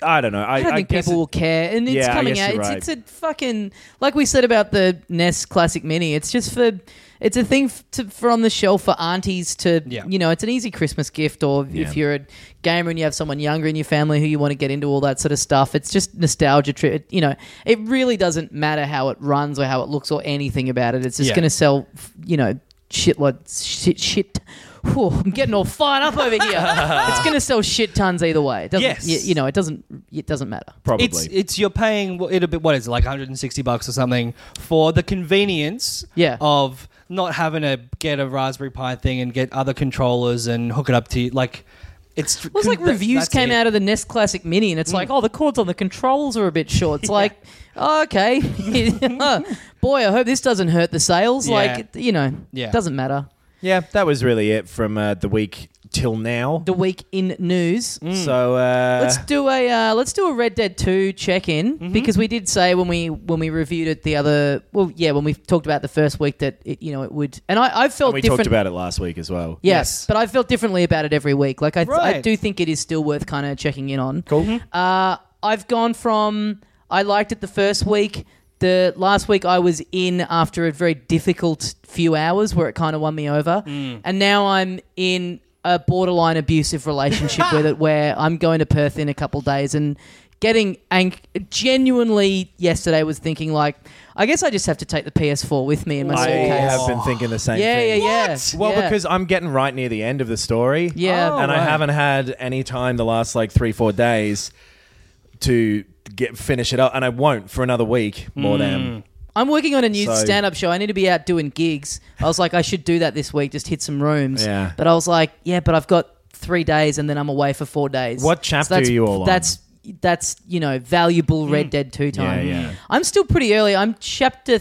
I don't know. I, I don't I think guess people it- will care, and it's Yeah, I coming guess out. you're It's, it's a fucking like we said about the NES Classic Mini. It's just for it's a thing f- to, for on the shelf for aunties to Yeah. you know. It's an easy Christmas gift, or Yeah. if you're a gamer and you have someone younger in your family who you want to get into all that sort of stuff. It's just nostalgia trip. It, you know, it really doesn't matter how it runs or how it looks or anything about it. It's just Yeah. going to sell. f- You know, shit like shit shit. Whew, I'm getting all fired up over *laughs* here. it's going to sell shit tons either way. It doesn't, Yes. y- you know, it doesn't. It doesn't matter. probably. *laughs* It's it's you're paying wh- it'll be what is it, like 160 bucks or something for the convenience Yeah. of not having to get a Raspberry Pi thing and get other controllers and hook it up to like it's Well, it's like reviews came out of the Nest Classic Mini, and it's like, oh, the cords on the controls are a bit short. It's like, oh, okay, *laughs* boy, I hope this doesn't hurt the sales. Yeah. Like, you know, Yeah. doesn't matter. yeah, that was really it from uh, the week till now. The week in news. So uh, Mm. Let's do a uh, let's do a Red Dead Two check in because we did say when we when we reviewed it the other well yeah when we talked about the first week that it you know it would and I I felt we different talked about it last week as well. Yes, Yes. but I felt differently about it every week. Like I, I Right. do think it is still worth kind of checking in on. Cool. Uh, I've gone from I liked it the first week. The last week I was in after a very difficult few hours where it kind of won me over, and now I'm in a borderline abusive relationship with it where I'm going to Perth in a couple days and getting ang- genuinely yesterday was thinking like I guess I just have to take the PS4 with me in my I suitcase. have been thinking the same yeah, yeah, thing. yeah. Well, yeah. because I'm getting right near the end of the story. Yeah. Oh, and I right. haven't had any time the last like three, four days to get finish it up, and I won't for another week more than. I'm working on a new So- stand-up show. I need to be out doing gigs. I was like, I should do that this week. Just hit some rooms. Yeah. But I was like, yeah, but I've got three days, and then I'm away for four days. What chapter that's- are you all on? That's that's you know valuable Red Dead Two time. yeah. I'm still pretty early. I'm chapter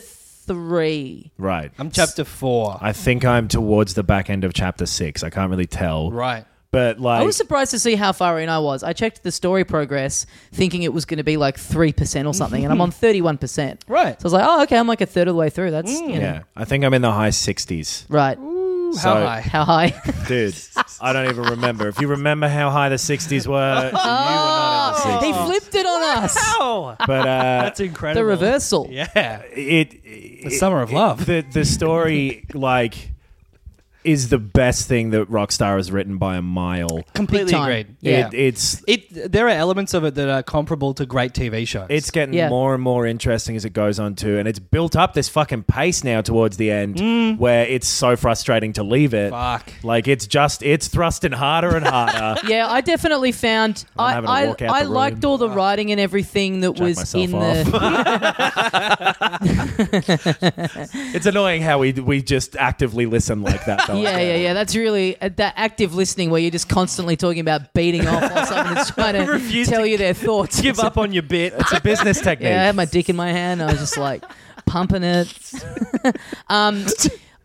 three. Right. I'm chapter four I think I'm towards the back end of chapter six. I can't really tell. right But like, I was surprised to see how far in I was. I checked the story progress, thinking it was going to be like three percent or something, and I'm *laughs* on thirty-one percent. Right. So I was like, oh, okay, I'm like a third of the way through. That's Hmm. you know, yeah, I think I'm in the high sixties, right. Ooh, So- how high How *laughs* high? dude. I don't even remember. If you remember how high the sixties were, you were not in the he sixties. Oh. flipped it on us. oh But uh, that's incredible The reversal. yeah it, it the summer of love the the story like is the best thing that Rockstar has written by a mile. completely Big time. agreed Yeah. It, it's it there are elements of it that are comparable to great TV shows it's getting Yeah. more and more interesting as it goes on too, and it's built up this fucking pace now towards the end where it's so frustrating to leave it. Mm. fuck Like it's just it's thrusting harder and harder. Yeah, I definitely *laughs* found I having to I, walk out I the liked room. all the writing and everything that Jack was myself in *laughs* the *laughs* it's annoying how we we just actively listen like that. Though. yeah yeah yeah. That's really uh, that active listening where you're just constantly talking about beating off or someone that's trying *laughs* to Refuse tell to you their thoughts. give up on your bit It's a business technique. *laughs* Yeah, I had my dick in my hand. I was just like pumping it. *laughs* um,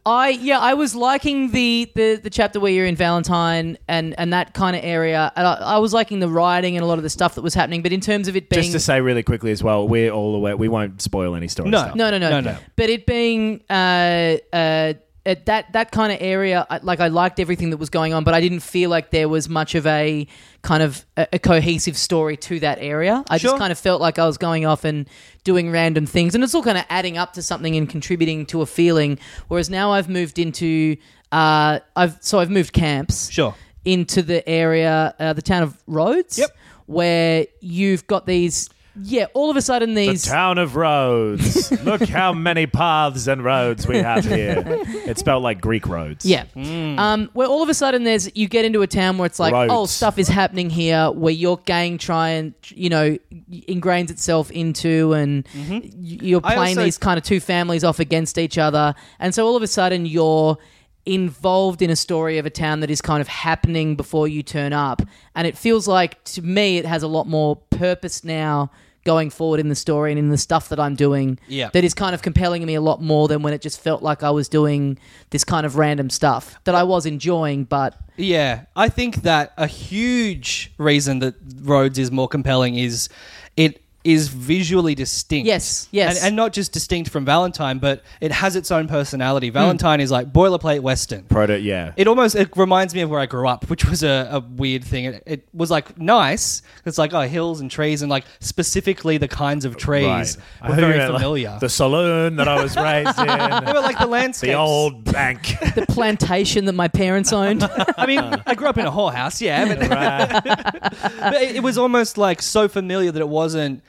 I yeah, I was liking the, the the chapter where you're in Valentine and and that kind of area. And I, I was liking the writing and a lot of the stuff that was happening. But in terms of it being just to say really quickly as well, we're all aware. We won't spoil any story. No. stuff. No, no, no, No, no. But it being uh, uh, at that that kind of area, I, like I liked everything that was going on, but I didn't feel like there was much of a kind of a, a cohesive story to that area. I just Sure. kind of felt like I was going off and doing random things, and it's all kind of adding up to something and contributing to a feeling. Whereas now I've moved into uh, I've so I've moved camps sure into the area, uh, the town of Rhodes, Yep. where you've got these. Yeah, all of a sudden The these town of roads. Look how many paths and roads we have here. It's spelled like Greek roads. Yeah. Hmm. Um, where all of a sudden there's you get into a town where it's like, Roads. oh, stuff is happening here, where your gang try and you know ingrains itself into, and y- you're Mm-hmm. I playing also- these kind of two families off against each other, and so all of a sudden you're involved in a story of a town that is kind of happening before you turn up, and it feels like to me it has a lot more purpose now going forward in the story and in the stuff that I'm doing Yeah. that is kind of compelling me a lot more than when it just felt like I was doing this kind of random stuff that I was enjoying, but Yeah, I think that a huge reason that Rhodes is more compelling is it is visually distinct. Yes, yes. And, and not just distinct from Valentine, but it has its own personality. Hmm. Valentine is like boilerplate Western. Proto, yeah. It almost it reminds me of where I grew up, which was a, a weird thing. It, it was like nice. It's like oh hills and trees and like specifically the kinds of trees I were hope you very meant, like, familiar. the saloon that I was *laughs* raised they in, were like the landscapes. *laughs* the old bank. the plantation that my parents owned. I *laughs* mean, I grew up in a whorehouse, yeah, but *laughs* but it, it was almost like so familiar that it wasn't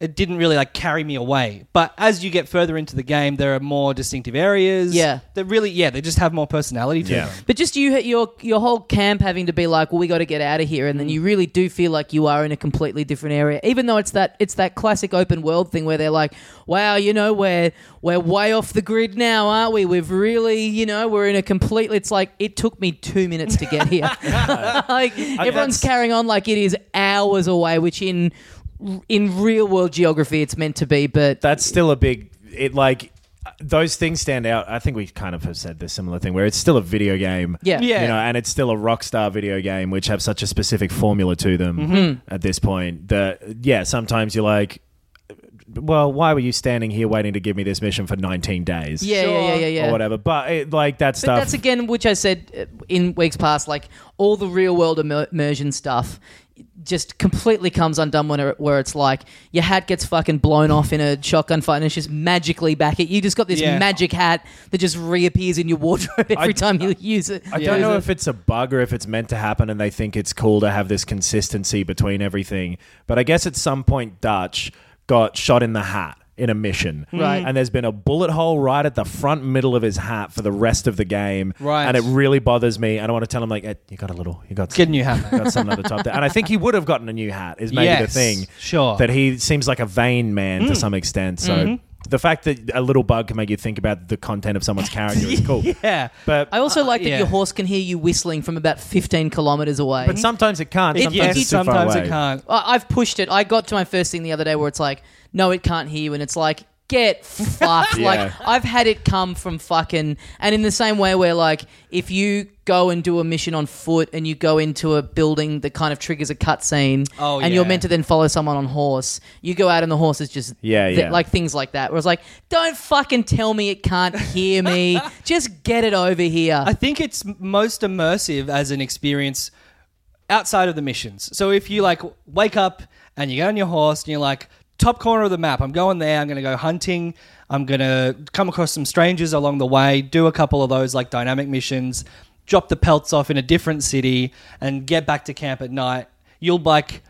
it didn't really like carry me away but as you get further into the game there are more distinctive areas Yeah. that really yeah they just have more personality to Yeah. them But just you, your your whole camp having to be like, well, we got to get out of here, Mm. and then you really do feel like you are in a completely different area, even though it's that it's that classic open world thing where they're like, wow, you know, we're we're way off the grid now, aren't we? We've really, you know, we're in a complete. It's like it took me two minutes to get *laughs* here. *laughs* like everyone's that's- carrying on like it is hours away, which in in real world geography it's meant to be, but that's still a big it like those things stand out. I think we kind of have said this similar thing where it's still a video game. Yeah. Yeah. You know, and it's still a Rockstar video game which have such a specific formula to them at this point that yeah, sometimes you're like well, why were you standing here waiting to give me this mission for 19 days? yeah, yeah, yeah, yeah, yeah. Or whatever. But it, like that But stuff that's again, which I said uh, in weeks past, like all the real world immer- immersion stuff just completely comes undone when it, where it's like your hat gets fucking blown off in a shotgun fight and it's just magically back at you. Just got this Yeah. magic hat that just reappears in your wardrobe every time you use it. I don't know if it's a bug or if it's meant to happen and they think it's cool to have this consistency between everything. But I guess at some point, Dutch got shot in the hat in a mission. Hmm. Right. And there's been a bullet hole right at the front middle of his hat for the rest of the game. Right. And it really bothers me. And I want to tell him, like, "Eh, you got a little, you got Get a new hat, mate. you got something at the top there. And I think he would have gotten a new hat, is maybe Yes, the thing. sure. Hmm. That he seems like a vain man to some extent. So. Mm-hmm. The fact that a little bug can make you think about the content of someone's character is cool. *laughs* *laughs* yeah But I also like that yeah. your horse can hear you whistling from about 15 kilometers away. But sometimes it can't. Sometimes yes, it's too far sometimes away. it can't I- I've pushed it. I got to my first thing the other day where it's like, no, it can't hear you, and it's like, get *laughs* fucked. Like I've had it come from fucking. And in the same way, where like if you go and do a mission on foot and you go into a building that kind of triggers a cutscene, Oh, and you're yeah. meant to then follow someone on horse, you go out and the horse is just Yeah, th- yeah. like things like that. Where it's like, don't fucking tell me it can't hear *laughs* me. just get it over here. I think it's most immersive as an experience outside of the missions. So if you like wake up and you get on your horse and you're like, top corner of the map, I'm going there, I'm going to go hunting, I'm going to come across some strangers along the way, do a couple of those like dynamic missions, drop the pelts off in a different city, and get back to camp at night, you'll like,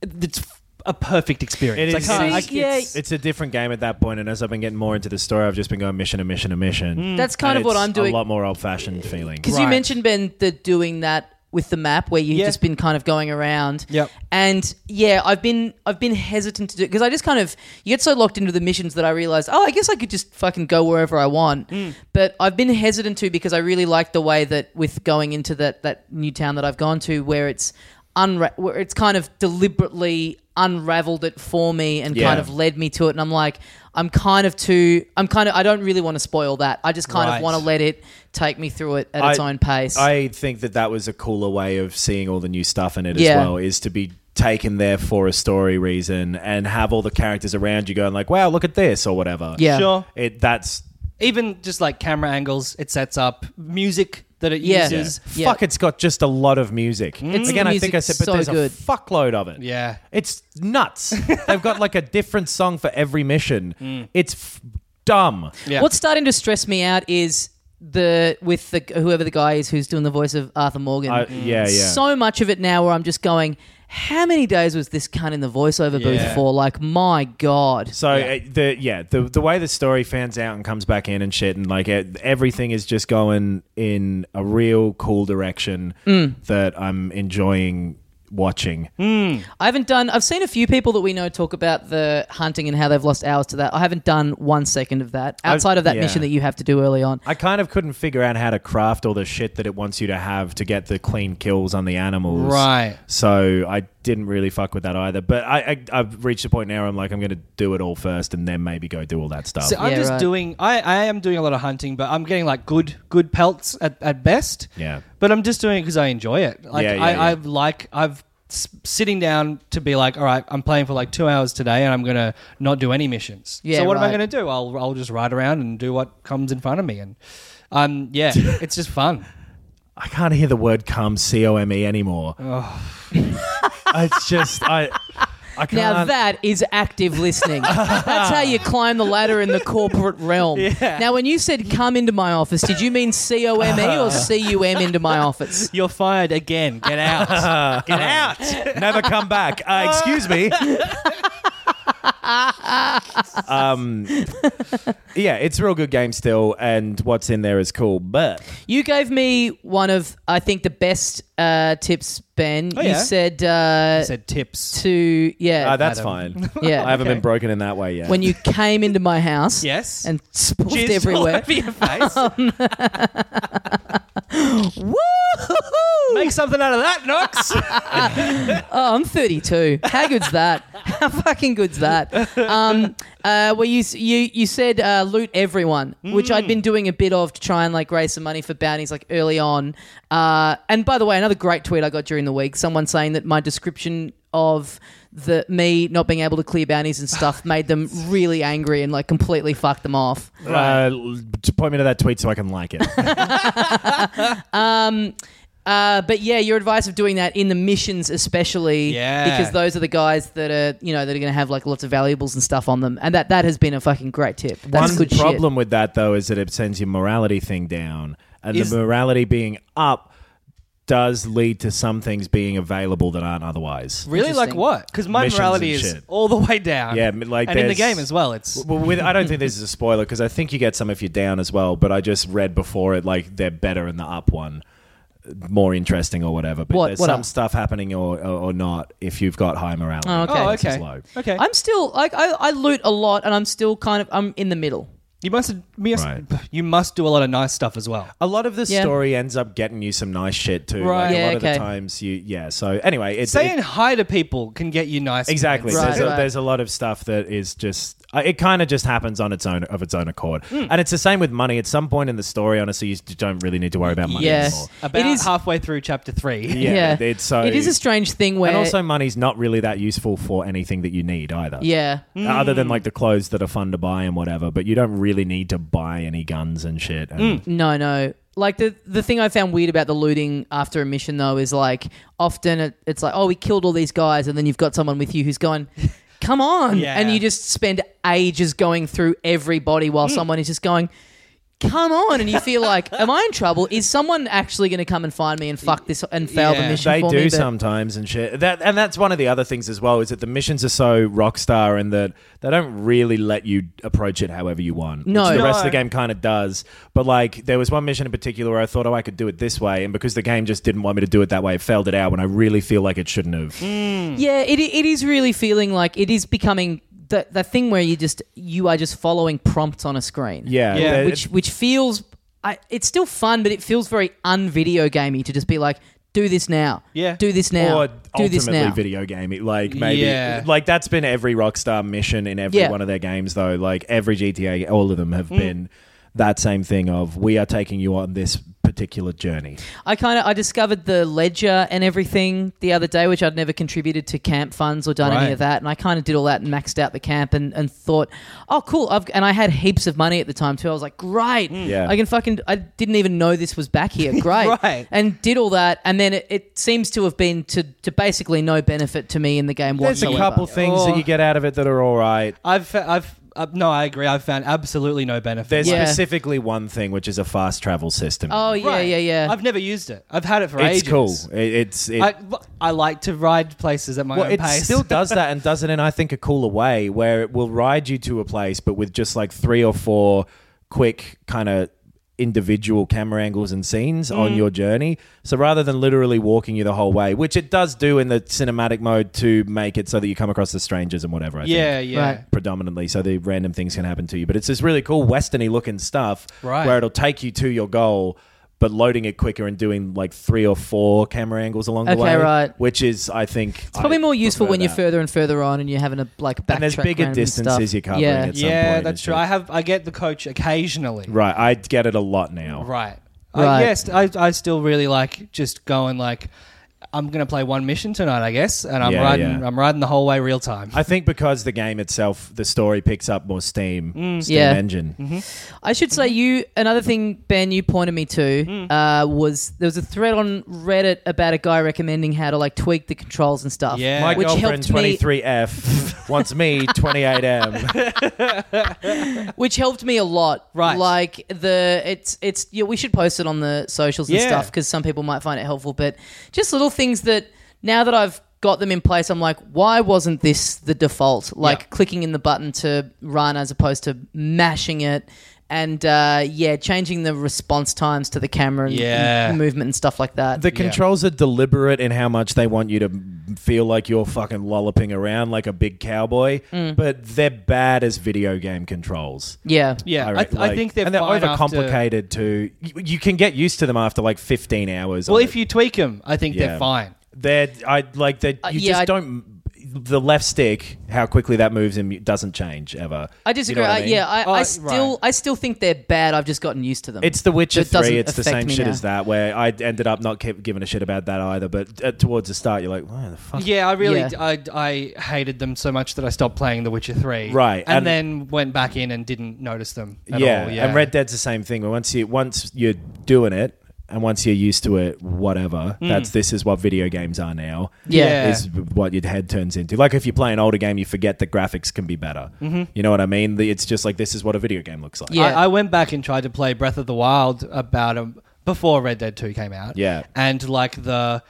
it's a perfect experience. It I is- can't- See, I- yeah, it's- It's a different game at that point, and as I've been getting more into the story, I've just been going mission to mission to mission. That's Mm. kind And of what it's I'm doing. A lot more old fashioned feeling. Because you Right. mentioned Ben the doing that with the map where you've Yeah. just been kind of going around. Yep. And yeah, I've been I've been hesitant to do because I just kind of you get so locked into the missions that I realized oh I guess I could just fucking go wherever I want. Mm. But I've been hesitant to because I really like the way that with going into that that new town that I've gone to where it's unra- where it's kind of deliberately unraveled it for me and kind Yeah. of led me to it and I'm like I'm kind of too I'm kind of I don't really want to spoil that. I just kind Right. of want to let it take me through it at its I- own pace. I think that that was a cooler way of seeing all the new stuff in it Yeah. as well, is to be taken there for a story reason and have all the characters around you going like, wow, look at this or whatever. Yeah. Sure. It, that's, Even just like camera angles, it sets up music that it Yeah. uses. Yeah. Mm. fuck, it's got just a lot of music. It's- Again, the I think I music's said, but so there's good. a fuckload of it. Yeah. It's nuts. They've got like a different song for every mission. It's f- dumb. Yeah. What's starting to stress me out is the with the whoever the guy is who's doing the voice of Arthur Morgan. I- yeah, yeah. So much of it now where I'm just going, how many days was this cunt in the voiceover booth Yeah. for? Like, my god. so uh, the yeah the the way the story fans out and comes back in and shit and like e- everything is just going in a real cool direction that I'm enjoying watching. I haven't done. I've seen a few people that we know talk about the hunting and how they've lost hours to that. I haven't done one second of that outside of that yeah. mission that you have to do early on. I kind of couldn't figure out how to craft all the shit that it wants you to have to get the clean kills on the animals. Right. So I didn't really fuck with that either. But I, I I've reached a point now. Where I'm like, I'm going to do it all first, and then maybe go do all that stuff. So I'm Yeah, just right. doing. I, I am doing a lot of hunting, but I'm getting like good good pelts at, at best. Yeah. But I'm just doing it because I enjoy it. Like Yeah, yeah, I, yeah. I like I've s- sitting down to be like, all right, I'm playing for like two hours today, and I'm gonna not do any missions. Yeah, so what am I right. gonna do? I'll I'll just ride around and do what comes in front of me, and um yeah, it's just fun. I can't hear the word "come" c o m e anymore. *laughs* it's just I. I can't. Now that is active listening. That's how you climb the ladder in the corporate *laughs* realm. Now, when you said "come into my office," did you mean C O M Uh-huh. E or C U M into my office? You're fired again. Get out. Get out. uh, *laughs* Never come back. Uh, excuse me. um, yeah, it's a real good game still, and what's in there is cool. But You gave me one of, I think, the best uh, tips, Ben. Oh, You yeah. Ah, said, uh, Said tips. to yeah, uh, that's Adam. fine. yeah. I haven't been broken in that way yet. when you came into my house, *laughs* Yes. and Jizz spoofed *laughs* all everywhere. over your face. Woo! *laughs* Make something out of that, Knox. Oh, I'm 32. How good's that? *laughs* How fucking good's that? Um, uh, well, you s- you you said uh, loot everyone, which I'd been doing a bit of to try and like raise some money for bounties, like early on. Uh, and by the way, another great tweet I got during the week: someone saying that my description of the me not being able to clear bounties and stuff made them really angry and like completely fucked them off. uh, l- point me to that tweet so I can like it. Uh, but yeah, your advice of doing that in the missions, especially, Yeah. because those are the guys that are you know that are going to have like lots of valuables and stuff on them, and that that has been a fucking great tip. *laughs* That's One good problem with that though is that it sends your morality thing down, and Is- the morality being up does lead to some things being available that aren't otherwise. Really? Like Interesting. what? Because my Missions morality and is shit. all the way down. Yeah, m- like and in the there's- game as well. It's Well, with, I don't think this is a spoiler because I think you get some if you're down as well. But I just read before it like they're better in the up one, more interesting or whatever. But What- there's what some up? stuff happening or, or, or not if you've got high morality. Oh, okay. oh versus okay low. okay. shit. I'm still like I, I loot a lot, and I'm still kind of I'm in the middle. you must you must, Right. you must do a lot of nice stuff as well. A lot of the Yeah. story ends up getting you some nice shit too. Right. Like, a Yeah, lot of okay. the times you, yeah. So anyway, it's Saying it- hi to people can get you nice. exactly. things. Right, there's, a, right. there's a lot of stuff that is just uh, it kind of just happens on its own of its own accord, and it's the same with money. At some point in the story, honestly, you don't really need to worry about money Yes. anymore. About It is- halfway through chapter three. Yeah, it's so- it is a strange thing where and also, money's not really that useful for anything that you need either. Uh, yeah. Other than like the clothes that are fun to buy and whatever, but you don't really need to buy any guns and shit. And No, no. Like the the thing I found weird about the looting after a mission though is like often it, it's like oh we killed all these guys and then you've got someone with you who's going come on Yeah. and you just spend ages going through everybody while someone is just going come on and you feel like am I in trouble is someone actually going to come and find me and fuck this and fail Yeah. the mission They for do me But- sometimes and shit. That and that's one of the other things as well is that the missions are so rockstar and that they don't really let you approach it however you want. No. which the rest of the No. game kind of does. But like there was one mission in particular where I thought, oh, I could do it this way, and because the game just didn't want me to do it that way, it failed it out when I really feel like it shouldn't have. Mm. Yeah, it, it is really feeling like it is becoming the, the thing where you just you are just following prompts on a screen. Yeah, Yeah. there- which which feels I, it's still fun, but it feels very un-video gamey to just be like, do this now, Yeah. do this now, or do this ultimately now. video game. It, Like maybe Yeah. like that's been every Rockstar mission in every Yeah. Mm. one of their games though. Like every GTA, all of them have been that same thing of we are taking you on this particular journey. I kind of I discovered the ledger and everything the other day, which I'd never contributed to camp funds or done Right. any of that, and I kind of did all that and maxed out the camp and, and thought, oh cool, I've and I had heaps of money at the time too. I was like, great, Yeah. I can fucking I didn't even know this was back *laughs* here, great, Right. and did all that, and then it, it seems to have been to to basically no benefit to me in the game There's a whatsoever. couple things that Or- Oh. you get out of it that are all right. *laughs* I've fa- I've uh, no, I agree. I've found absolutely no benefit. There's Yeah. specifically one thing which is a fast travel system. Oh yeah, Right. yeah, yeah. I've never used it. I've had it for it's ages. cool. It, it's it, I, I like to ride places at my well, own it pace. *laughs* still does that and does it in I think a cooler way where it will ride you to a place, but with just like three or four quick kind of individual camera angles and scenes Mm. on your journey. So rather than literally walking you the whole way, which it does do in the cinematic mode to make it so that you come across the strangers and whatever. I think yeah, yeah. Right. predominantly, so the random things can happen to you. But it's this really cool westerny looking stuff Right. where it'll take you to your goal. but loading it quicker and doing like three or four camera angles along the Okay, way. right. Which is, I think, it's Probably more useful when you're further and further on and you're having a like back. And there's bigger distances you're covering Yeah. at some yeah, point, that's isn't true. it? I have I get the coach occasionally. Right, I get it a lot now. Right. Right. I guess I, I still really like just going like I'm gonna play one mission tonight, I guess, and I'm Yeah, riding yeah. I'm riding the whole way real time. I think because the game itself, the story picks up more steam, steam Yeah. engine. I should say you. Another thing, Ben, you pointed me to Hmm. uh, was there was a thread on Reddit about a guy recommending how to like tweak the controls and stuff. Yeah. My which girlfriend, helped me. 23F, wants *laughs* me, 28M. which helped me a lot. Right. like the it's it's yeah. We should post it on the socials and Yeah. stuff because some people might find it helpful. But just little things that now that I've got them in place, I'm like, why wasn't this the default? Like Yeah. clicking in the button to run as opposed to mashing it. And uh, yeah, changing the response times to the camera and, Yeah. and movement and stuff like that. The controls are deliberate in how much they want you to feel like you're fucking lolloping around like a big cowboy, Mm. but they're bad as video game controls. yeah, yeah, I, reckon, I like- think they're and they're fine after- overcomplicated too. You, you can get used to them after like 15 hours. well, of if you tweak them, I think Yeah. they're fine. They're I like they. You Uh, yeah, just I- don't. The left stick, how quickly that moves him, doesn't change ever. I You know disagree. what I mean? yeah, I, Oh, I right. still I still think they're bad. I've just gotten used to them. It's The Witcher It doesn't Three. It's the affect same me shit now. as that. Where I ended up not kept giving a shit about that either. But uh, towards the start, you're like, why the fuck? Yeah, I really Yeah. I, I hated them so much that I stopped playing The Witcher Three. Right, and, and- then went back in and didn't notice them. At yeah. all. yeah. And Red Dead's the same thing. Where once you once you're doing it, and once you're used to it, whatever. That's this is what video games are now. yeah. Hmm. Yeah. is what your head turns into. Like if you play an older game, you forget that graphics can be better. Mm-hmm. You know what I mean? The- It's just like this is what a video game looks like. Yeah. I, I went back and tried to play Breath of the Wild about um, before Red Dead Two came out. Yeah. and like the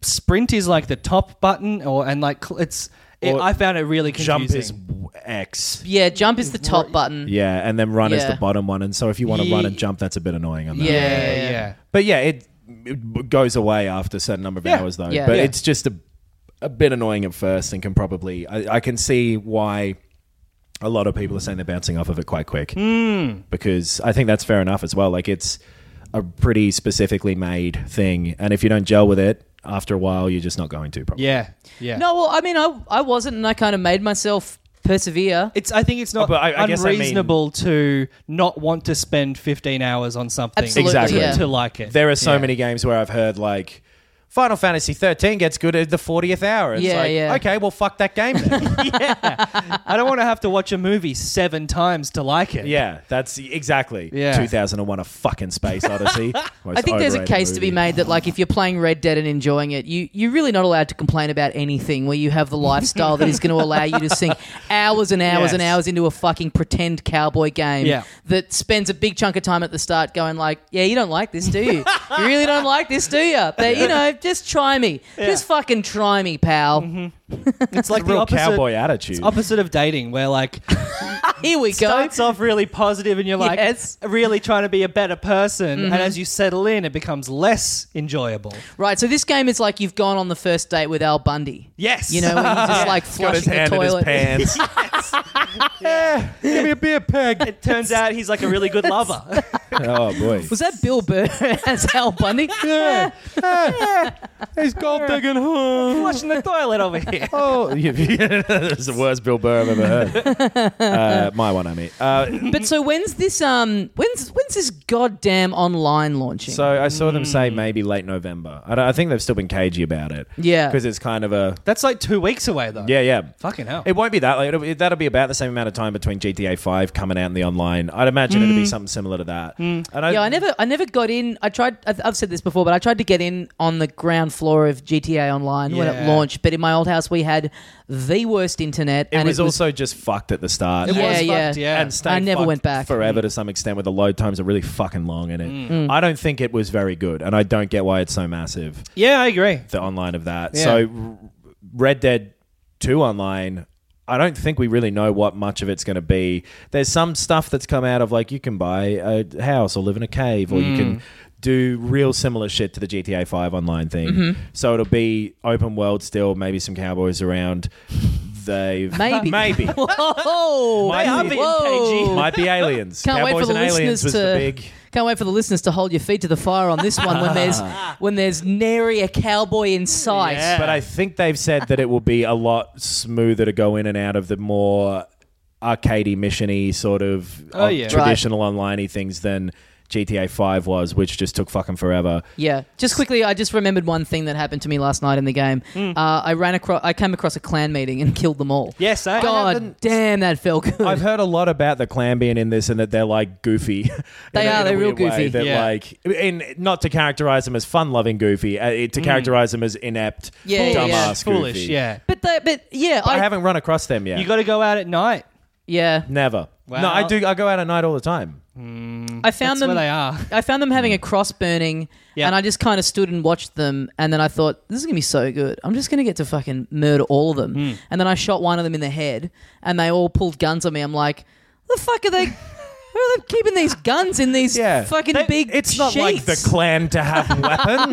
sprint is like the top button, or and like cl- it's. It, Or I found it really confusing. Jump is w- X. Yeah, jump is the top button. Yeah, and then run is the Yeah. bottom one. And so if you want to run Ye- and jump, that's a bit annoying on that. Yeah. yeah, yeah, yeah. But yeah, it, it b- goes away after a certain number of Yeah. hours, though. Yeah. But Yeah. it's just a, a bit annoying at first and can probably. I, I can see why a lot of people are saying they're bouncing off of it quite quick. Hmm. Because I think that's fair enough as well. Like, it's a pretty specifically made thing. And if you don't gel with it, after a while, you're just not going to, probably. Yeah, yeah. No, well, I mean, I, I wasn't, and I kind of made myself persevere. it's. I think it's not But I- I guess I mean- unreasonable to not want to spend 15 hours on something. Absolutely, Exactly. yeah. To like it. There are so Yeah. many games where I've heard, like, Final Fantasy 13 gets good at the 40th hour. It's Yeah, like, yeah. okay, well, fuck that game *laughs* then. I don't want to have to watch a movie seven times to like it. Yeah, that's e, exactly. Yeah. 2001 A Fucking Space Odyssey. I think there's a case to be made that, like, if you're playing Red Dead and enjoying it, you, you're really not allowed to complain about anything where you have the lifestyle that is *laughs* going to allow you to sink hours and hours and Yes. hours into a fucking pretend cowboy game Yeah. that spends a big chunk of time at the start going, like, yeah, you don't like this, do you? you really don't like this, do you? But, you know, just try me. Just fucking try me, pal. Mm-hmm. It's like the Real opposite, cowboy attitude. opposite of dating, where like Here we go. starts off really positive and you're like Yes. really trying to be a better person, and as you settle in, it becomes less enjoyable. Right, so this game is like you've gone on the first date with Al Bundy. *laughs* Yes. You know, *laughs* where you just like Got his flushing the hand in his toilet. pants. yeah. Give me a beer peg. It turns out he's like a really good *laughs* lover. oh, boy. Was that Bill Burr *laughs* as Al Bundy? yeah. *laughs* He's gold digging. huh? Flushing the toilet over here. *laughs* Oh, *laughs* yeah, that's the worst Bill Burr I've ever heard. *laughs* Uh, my one, I mean. Uh, But so when's this um when's when's this goddamn online launching? so I saw them Hmm. say maybe late November. I, don't, I think they've still been cagey about it. Yeah. Because it's kind of a. That's like two weeks away though. Yeah, yeah. Fucking hell. It won't be that. Like, it'll, be- that'll be about the same amount of time between GTA Five coming out and the online. I'd imagine it'd be something similar to that. And I, Hmm. yeah, I never I never got in. I tried I've, I've said this before, but I tried to get in on the ground floor of GTA Online when it Yeah. launched, but in my old house we had the worst internet It and was also just fucked at the start. It yeah, was yeah. fucked, yeah. And stayed I never fucked went back. *laughs* forever to some extent. Where the load times are really fucking long in it. Mm. Mm. I don't think it was very good, and I don't get why it's so massive. Yeah, I agree. The online of that. Yeah. So R- Red Dead Two online. I don't think we really know what much of it's going to be. There's some stuff that's come out of like you can buy a house or live in a cave or you Mm. can do real similar shit to the GTA 5 online thing. Mm-hmm. So it'll be open world still, maybe some cowboys around. They've Maybe. *laughs* maybe Whoa. Might be- whoa. Might be aliens. Can't wait *laughs* Cowboys for the and listeners aliens was to- the big. Can't wait for the listeners to hold your feet to the fire on this one when there's when there's nary a cowboy in sight. Yeah. But I think they've said that it will be a lot smoother to go in and out of the more arcadey, missiony sort of Oh, uh, yeah. traditional onliney things than GTA Five was, which just took fucking forever. Yeah. Just quickly, I just remembered one thing that happened to me last night in the game. Uh, I ran across, I came across a clan meeting and *laughs* killed them all. Yes, eh? God damn, that felt Hmm. good. I've heard a lot about the clan being in this and that they're like goofy. *laughs* They In a- are, in a they're real weird way, goofy. That Yeah. like, in not to characterize them as fun-loving goofy, uh, it- to characterize them as inept, Yeah, yeah, dumbass, yeah. goofy. Hmm. Foolish, yeah. *laughs* but they, but yeah, I I, haven't run across them yet. You got to go out at night. yeah, Never. Wow. No, I do. I go out at night all the time. I found That's them. where they are. I found them having a cross burning, Yeah. and I just kind of stood and watched them. And then I thought, this is gonna be so good. I'm just gonna get to fucking murder all of them. And then I shot one of them in the head, and they all pulled guns on me. I'm like, the fuck are they? Who are they keeping these guns in these Yeah. fucking They- big? It's not like the sheets? clan *laughs* to have weapons.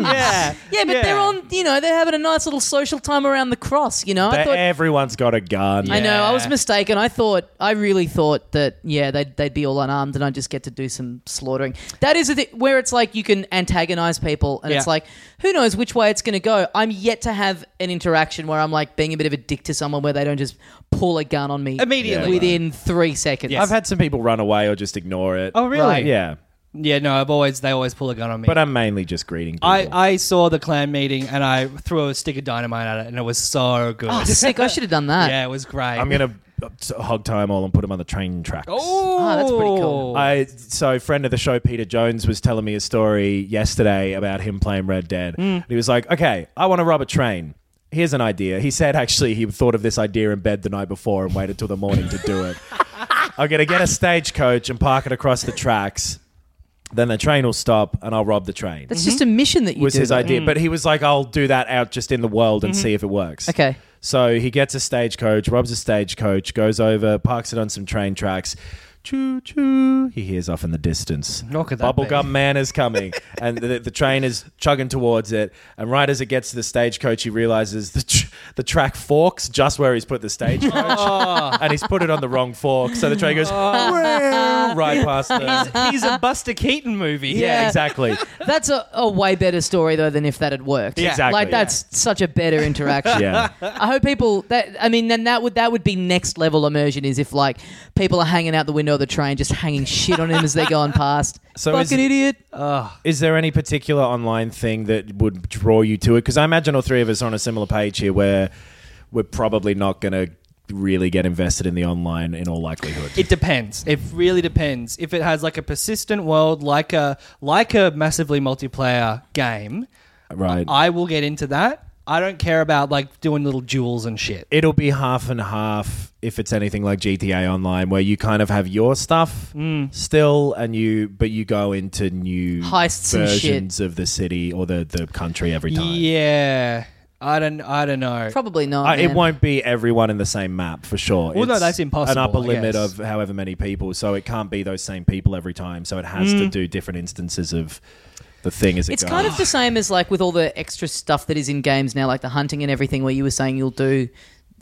*laughs* Yeah. Yeah, but they're on. You know, they're having a nice little social time around the cross. You know, I That thought. everyone's got a gun. I know. I Yeah. was mistaken. I thought. I really thought that. Yeah, they'd they'd be all unarmed, and I would just get to do some slaughtering. That is a th- where it's like you can antagonize people, and it's Yeah. like who knows which way it's going to go. I'm yet to have an interaction where I'm like being a bit of a dick to someone where they don't just pull a gun on me Immediately. Yeah. within three seconds. I've had some people run away or just ignore it. Oh, really? Right. Yeah. Yeah, no, I've always they always pull a gun on me. But I'm mainly just greeting people. I, I saw the clan meeting and I threw a stick of dynamite at it and it was so good. Oh, sick! I should have done that. *laughs* yeah, it was great. am going to uh, hog time all and put them on the train tracks. oh, that's pretty cool. I so friend of the show Peter Jones was telling me a story yesterday about him playing Red Dead. Hmm. And he was like, "Okay, I want to rob a train. Here's an idea." He said actually he thought of this idea in bed the night before and waited till the morning to *laughs* do it. I'm gonna get a stagecoach and park it across the tracks. Then the train will stop and I'll rob the train. That's just a mission that you was do, Hmm. his though. idea, but he was like, "I'll do that out just in the world and see if it works." Okay. So he gets a stagecoach, robs a stagecoach, goes over, parks it on some train tracks. Choo choo. He hears off in the distance. What could that Bubblegum be? man is coming, and the, the train is chugging towards it. And right as it gets to the stagecoach, he realizes the, tr- the track forks just where he's put the stagecoach, and he's put it on the wrong fork. So the train goes right past the. He's a Buster Keaton movie. Yeah, exactly. That's a, a way better story though than if that had worked. Yeah. Exactly, Like that's such a better interaction. *laughs* Yeah. I hope people that I mean then that would that would be next level immersion is if like people are hanging out the window of the train just hanging shit on him as they're going past. So is Fucking it- idiot. Is there any particular online thing that would draw you to it? Because I imagine all three of us are on a similar page here, where we're probably not going to really get invested in the online in all likelihood. It depends. It really depends. If it has like a persistent world, like a like a massively multiplayer game, right. I will get into that. I don't care about like doing little duels and shit. It'll be half and half if it's anything like GTA Online, where you kind of have your stuff still, and you but you go into new Heists and shit. versions of the city or the the country every time. Yeah, I don't. I don't know. Probably not. Uh, it man. won't be everyone in the same map for sure. Well, no, It's that's impossible, An upper I limit guess. of however many people, so it can't be those same people every time. So it has Mm. to do different instances of the thing as it It's goes. kind of the same as like with all the extra stuff that is in games now, like the hunting and everything, where you were saying you'll do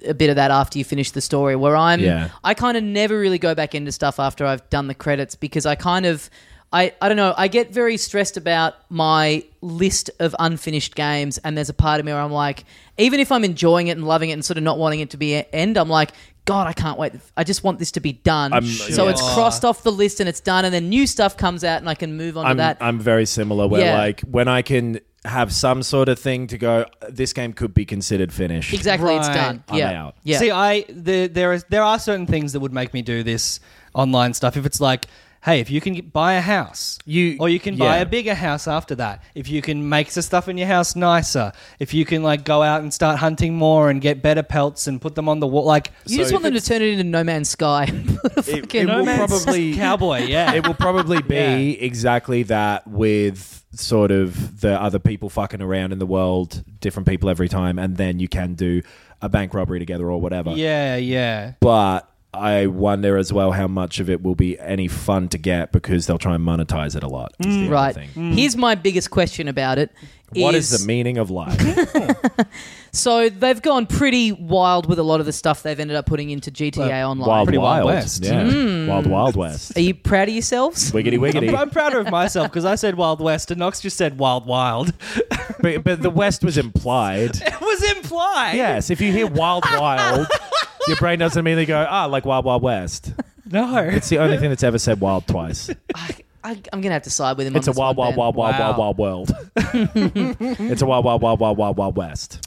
a bit of that after you finish the story. Where I'm, Yeah. I kind of never really go back into stuff after I've done the credits because I kind of. I, I don't know. I get very stressed about my list of unfinished games, and there's a part of me where I'm like, even if I'm enjoying it and loving it and sort of not wanting it to be an end, I'm like, God, I can't wait. I just want this to be done. I'm- so yeah. it's crossed off the list and it's done, and then new stuff comes out, and I can move on to I'm, that. I'm very similar where Yeah. like when I can have some sort of thing to go, this game could be considered finished. Exactly, it's Right. done. I'm yeah. out. Yeah. See, I the, there is there are certain things that would make me do this online stuff. If it's like, hey, if you can get- buy a house, You- or you can buy yeah. a bigger house after that. If you can make the stuff in your house nicer. If you can like go out and start hunting more and get better pelts and put them on the wall, like you just So want them to turn it into No Man's Sky. *laughs* It, Fucking- it will No Man's probably cowboy. *laughs* Yeah, it will probably be exactly that with sort of the other people fucking around in the world, different people every time, and then you can do a bank robbery together or whatever. yeah, yeah. But I wonder as well how much of it will be any fun to get because they'll try and monetize it a lot. is the other Mm. Right. thing. Here's my biggest question about it. What is the meaning of *laughs* life? So they've gone pretty wild with a lot of the stuff they've ended up putting into GTA Online. wild, Pretty Wild wild West. Yeah. Wild, wild west. Are you proud of yourselves? Wiggity I'm, wiggity. I'm prouder of myself because I said Wild West and Knox just said Wild Wild. *laughs* but, but the West was implied. It was implied. Yes, if you hear wild, wild, your brain doesn't immediately go, ah, like Wild, Wild West. *laughs* No. It's the only thing that's ever said wild twice. I, I, I'm going to have to side with him. It's a on this wild, one, wild, Ben. wild, wild, Wow. wild, wild world. it's a wild, wild, wild, wild, wild, wild west.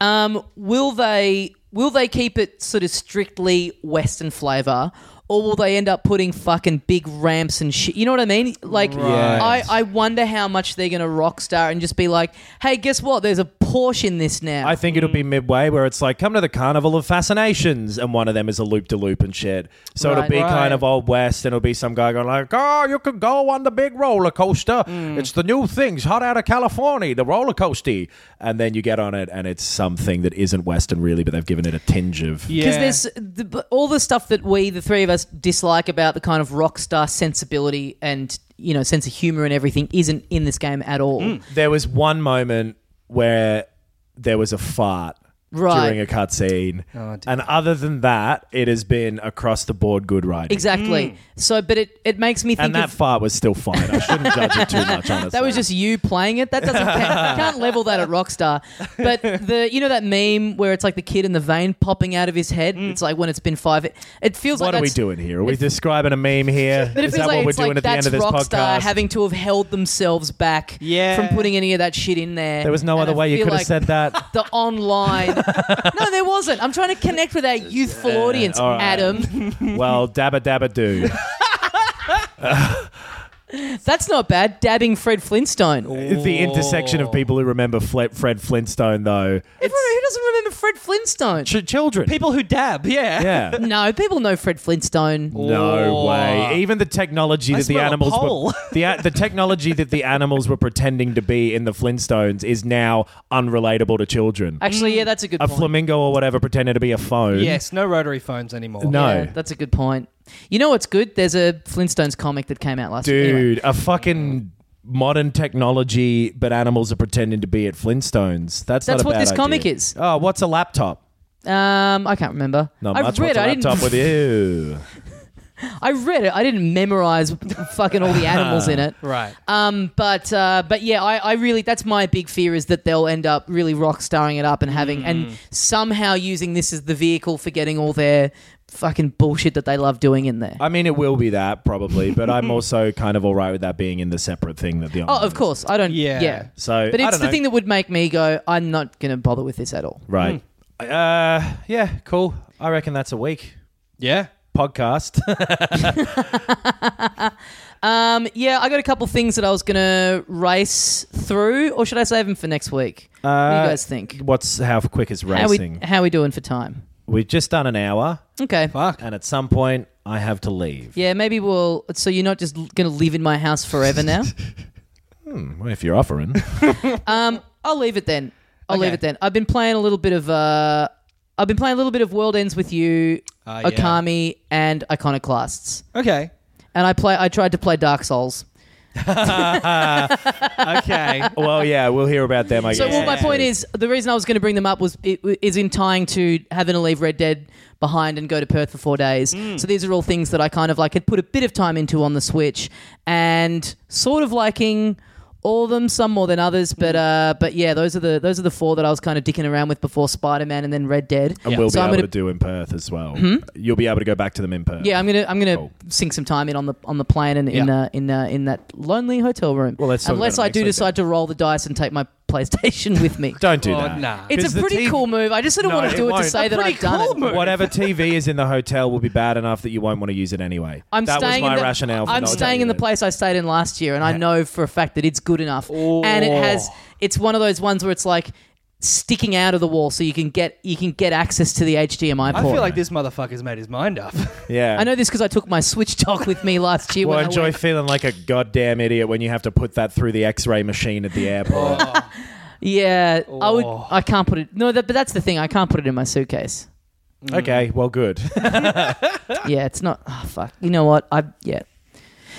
Um, will they will they keep it sort of strictly Western flavour, or will they end up putting fucking big ramps and shit? You know what I mean? Like, I, I wonder how much they're going to rock star and just be like, hey, guess what? There's a Porsche in this now. I think it'll be Mm. midway where it's like, come to the carnival of fascinations, and one of them is a loop de loop and shit. So Right. it'll be Right. kind of old west, and it'll be some guy going like, oh, you can go on the big roller coaster. Mm. It's the new things hot out of California, the roller coaster. And then you get on it, and it's something that isn't western really, but they've given it a tinge of. Yeah. because there's the, b- all the stuff that we, the three of us, dislike about the kind of rock star sensibility and you know sense of humor and everything isn't in this game at all. There was one moment where there was a fart Right. Oh, during a cutscene, and other than that, it has been across the board good writing. Exactly. So, but it, it makes me think Mm. And that of, fart was still fine. I shouldn't judge it too much, *laughs* honestly. That was just you playing it. That doesn't *laughs* count. You can't level that at Rockstar. But the you know that meme where it's like the kid in the vein popping out of his head. It's like when it's been five. e, It feels Mm. What like are we that's- doing here? Are we describing a meme here? But it Is feels that like what we're it's like doing at the that's end of this Rockstar podcast? having to have held themselves back Yeah. from putting any of that shit in there. there was no And other I way you feel could have like *laughs* said that. The online. *laughs* no, there wasn't. I'm trying to connect with that youthful audience, all right. *laughs* Adam. well, dabba dabba do. That's not bad. Dabbing Fred Flintstone. the intersection of people who remember Fle- Fred Flintstone, though. Everyone who doesn't remember Fred Flintstone? Ch- children. People who dab, yeah. *laughs* Yeah. No, people know Fred Flintstone. No Oh. way. Even the technology I that the smell a animals pole. were *laughs* the a- the technology that the animals were pretending to be in the Flintstones is now unrelatable to children. Actually, yeah, that's a good a point. flamingo or whatever pretended to be a phone. Yes, no rotary phones anymore. No. Yeah, that's a good point. You know what's good? There's a Flintstones comic that came out last year. Dude, Anyway. a fucking modern technology, but animals are pretending to be at Flintstones. That's not That's a what bad this comic idea. is. Oh, what's a laptop? Um, I can't remember. Not I much. read. what's a I laptop didn't. with you? *laughs* I read it. I didn't memorize *laughs* fucking all the animals *laughs* in it. Right. Um, but uh, but yeah, I, I really that's my big fear is that they'll end up really rock starring it up and having and somehow using this as the vehicle for getting all their fucking bullshit that they love doing in there. I mean, it will be that probably, but I'm also kind of all right with that being in the separate thing that the oh, online of course, I don't. Yeah. Yeah. So, but I it's don't the know. thing that would make me go, I'm not going to bother with this at all. Right. Uh, yeah, cool. I reckon that's a week Yeah. podcast. *laughs* Um, yeah, I got a couple things that I was going to race through, or should I save them for next week? what Uh, do you guys think? What's how quick is How racing? we how we doing for time? we- have just done an hour, Okay. Fuck. and at some point, I have to leave. Yeah, maybe we'll. So you're not just going to live in my house forever *laughs* now? Well, if you're *laughs* offering, I'll leave it then. I'll Okay. leave it then. I've been playing a little bit of. Uh, I've been playing a little bit of World Ends with You, Ah, yeah. Okami, and Iconoclasts. Okay. And I play. I tried to play Dark Souls. *laughs* Okay. well, yeah, we'll hear about them. I So guess. well, my point is, the reason I was going to bring them up was it is in tying to having to leave Red Dead behind and go to Perth for four days. Hmm. So these are all things that I kind of like had put a bit of time into on the Switch, and sort of liking all of them, some more than others. Hmm. But uh, but yeah, those are the those are the four that I was kind of dicking around with before Spider Man and then Red Dead. and we'll So be I'm gonna- able Hmm? to do in Perth as well. You'll be able to go back to them in Perth. Yeah, I'm gonna I'm gonna Cool. sink some time in on the on the plane and in Yeah. uh, in uh, in that lonely hotel room. Well, let's talk about unless it I next do week then. decide to roll the dice and take my *laughs* PlayStation with me. Don't do Oh, that. nah. It's 'Cause a the pretty *laughs* team- cool move. I just sort of No, want to it do it to won't. say A that pretty I've done cool it. move. *laughs* Whatever TV is in the hotel will be bad enough that you won't want to use it anyway. I'm that staying was my in the, rationale. For I'm not staying in the doing it. place I stayed in last year, and I know for a fact that it's good enough. And it has. Oh. It's one of those ones where it's like sticking out of the wall, so you can get you can get access to the HDMI I port. feel like this motherfucker's made his mind Uh, up. Yeah, I know this because I took my Switch dock with me last *laughs* year. Well, when I enjoy went- feeling like a goddamn idiot when you have to put that through the X-ray machine *laughs* at the airport. Yeah, I would. Oh. *laughs* I can't put it. No, that, but that's the thing. I can't put it in my suitcase. Okay, well, good. *laughs* yeah, it's not. Oh, fuck. You know what? I yeah.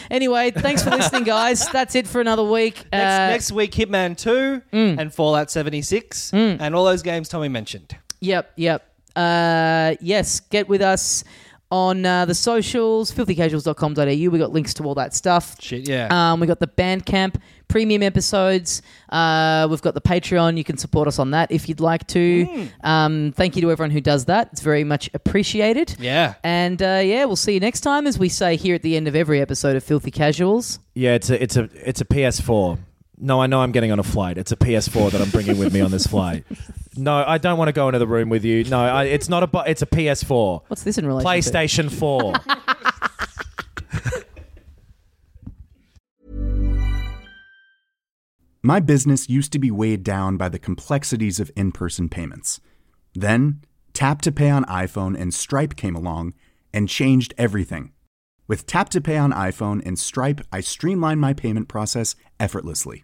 Anyway, thanks for listening, guys. That's it for another week. Next, Uh, *laughs* next week, Hitman 2 Mm. and Fallout 76 and all those games Tommy mentioned. Yep, yep. Uh, yes, get with us on uh, the socials, filthycasuals.com.au. We got links to all that stuff. Shit, yeah. Um, we got the Bandcamp premium episodes. Uh, we've got the Patreon. You can support us on that if you'd like to. Um, thank you to everyone who does that. It's very much appreciated. Yeah. And uh, yeah, we'll see you next time, as we say here at the end of every episode of Filthy Casuals. yeah, it's a it's a it's a PS4. No, I know I'm getting on a flight. It's a PS4 that I'm bringing with me on this *laughs* flight. No, I don't want to go into the room with you. No, I, it's not a. bu- It's a PS4. What's this in relation to? PlayStation 4. *laughs* My business used to be weighed down by the complexities of in person payments. Then, Tap to Pay on iPhone and Stripe came along and changed everything. With Tap to Pay on iPhone and Stripe, I streamline my payment process effortlessly.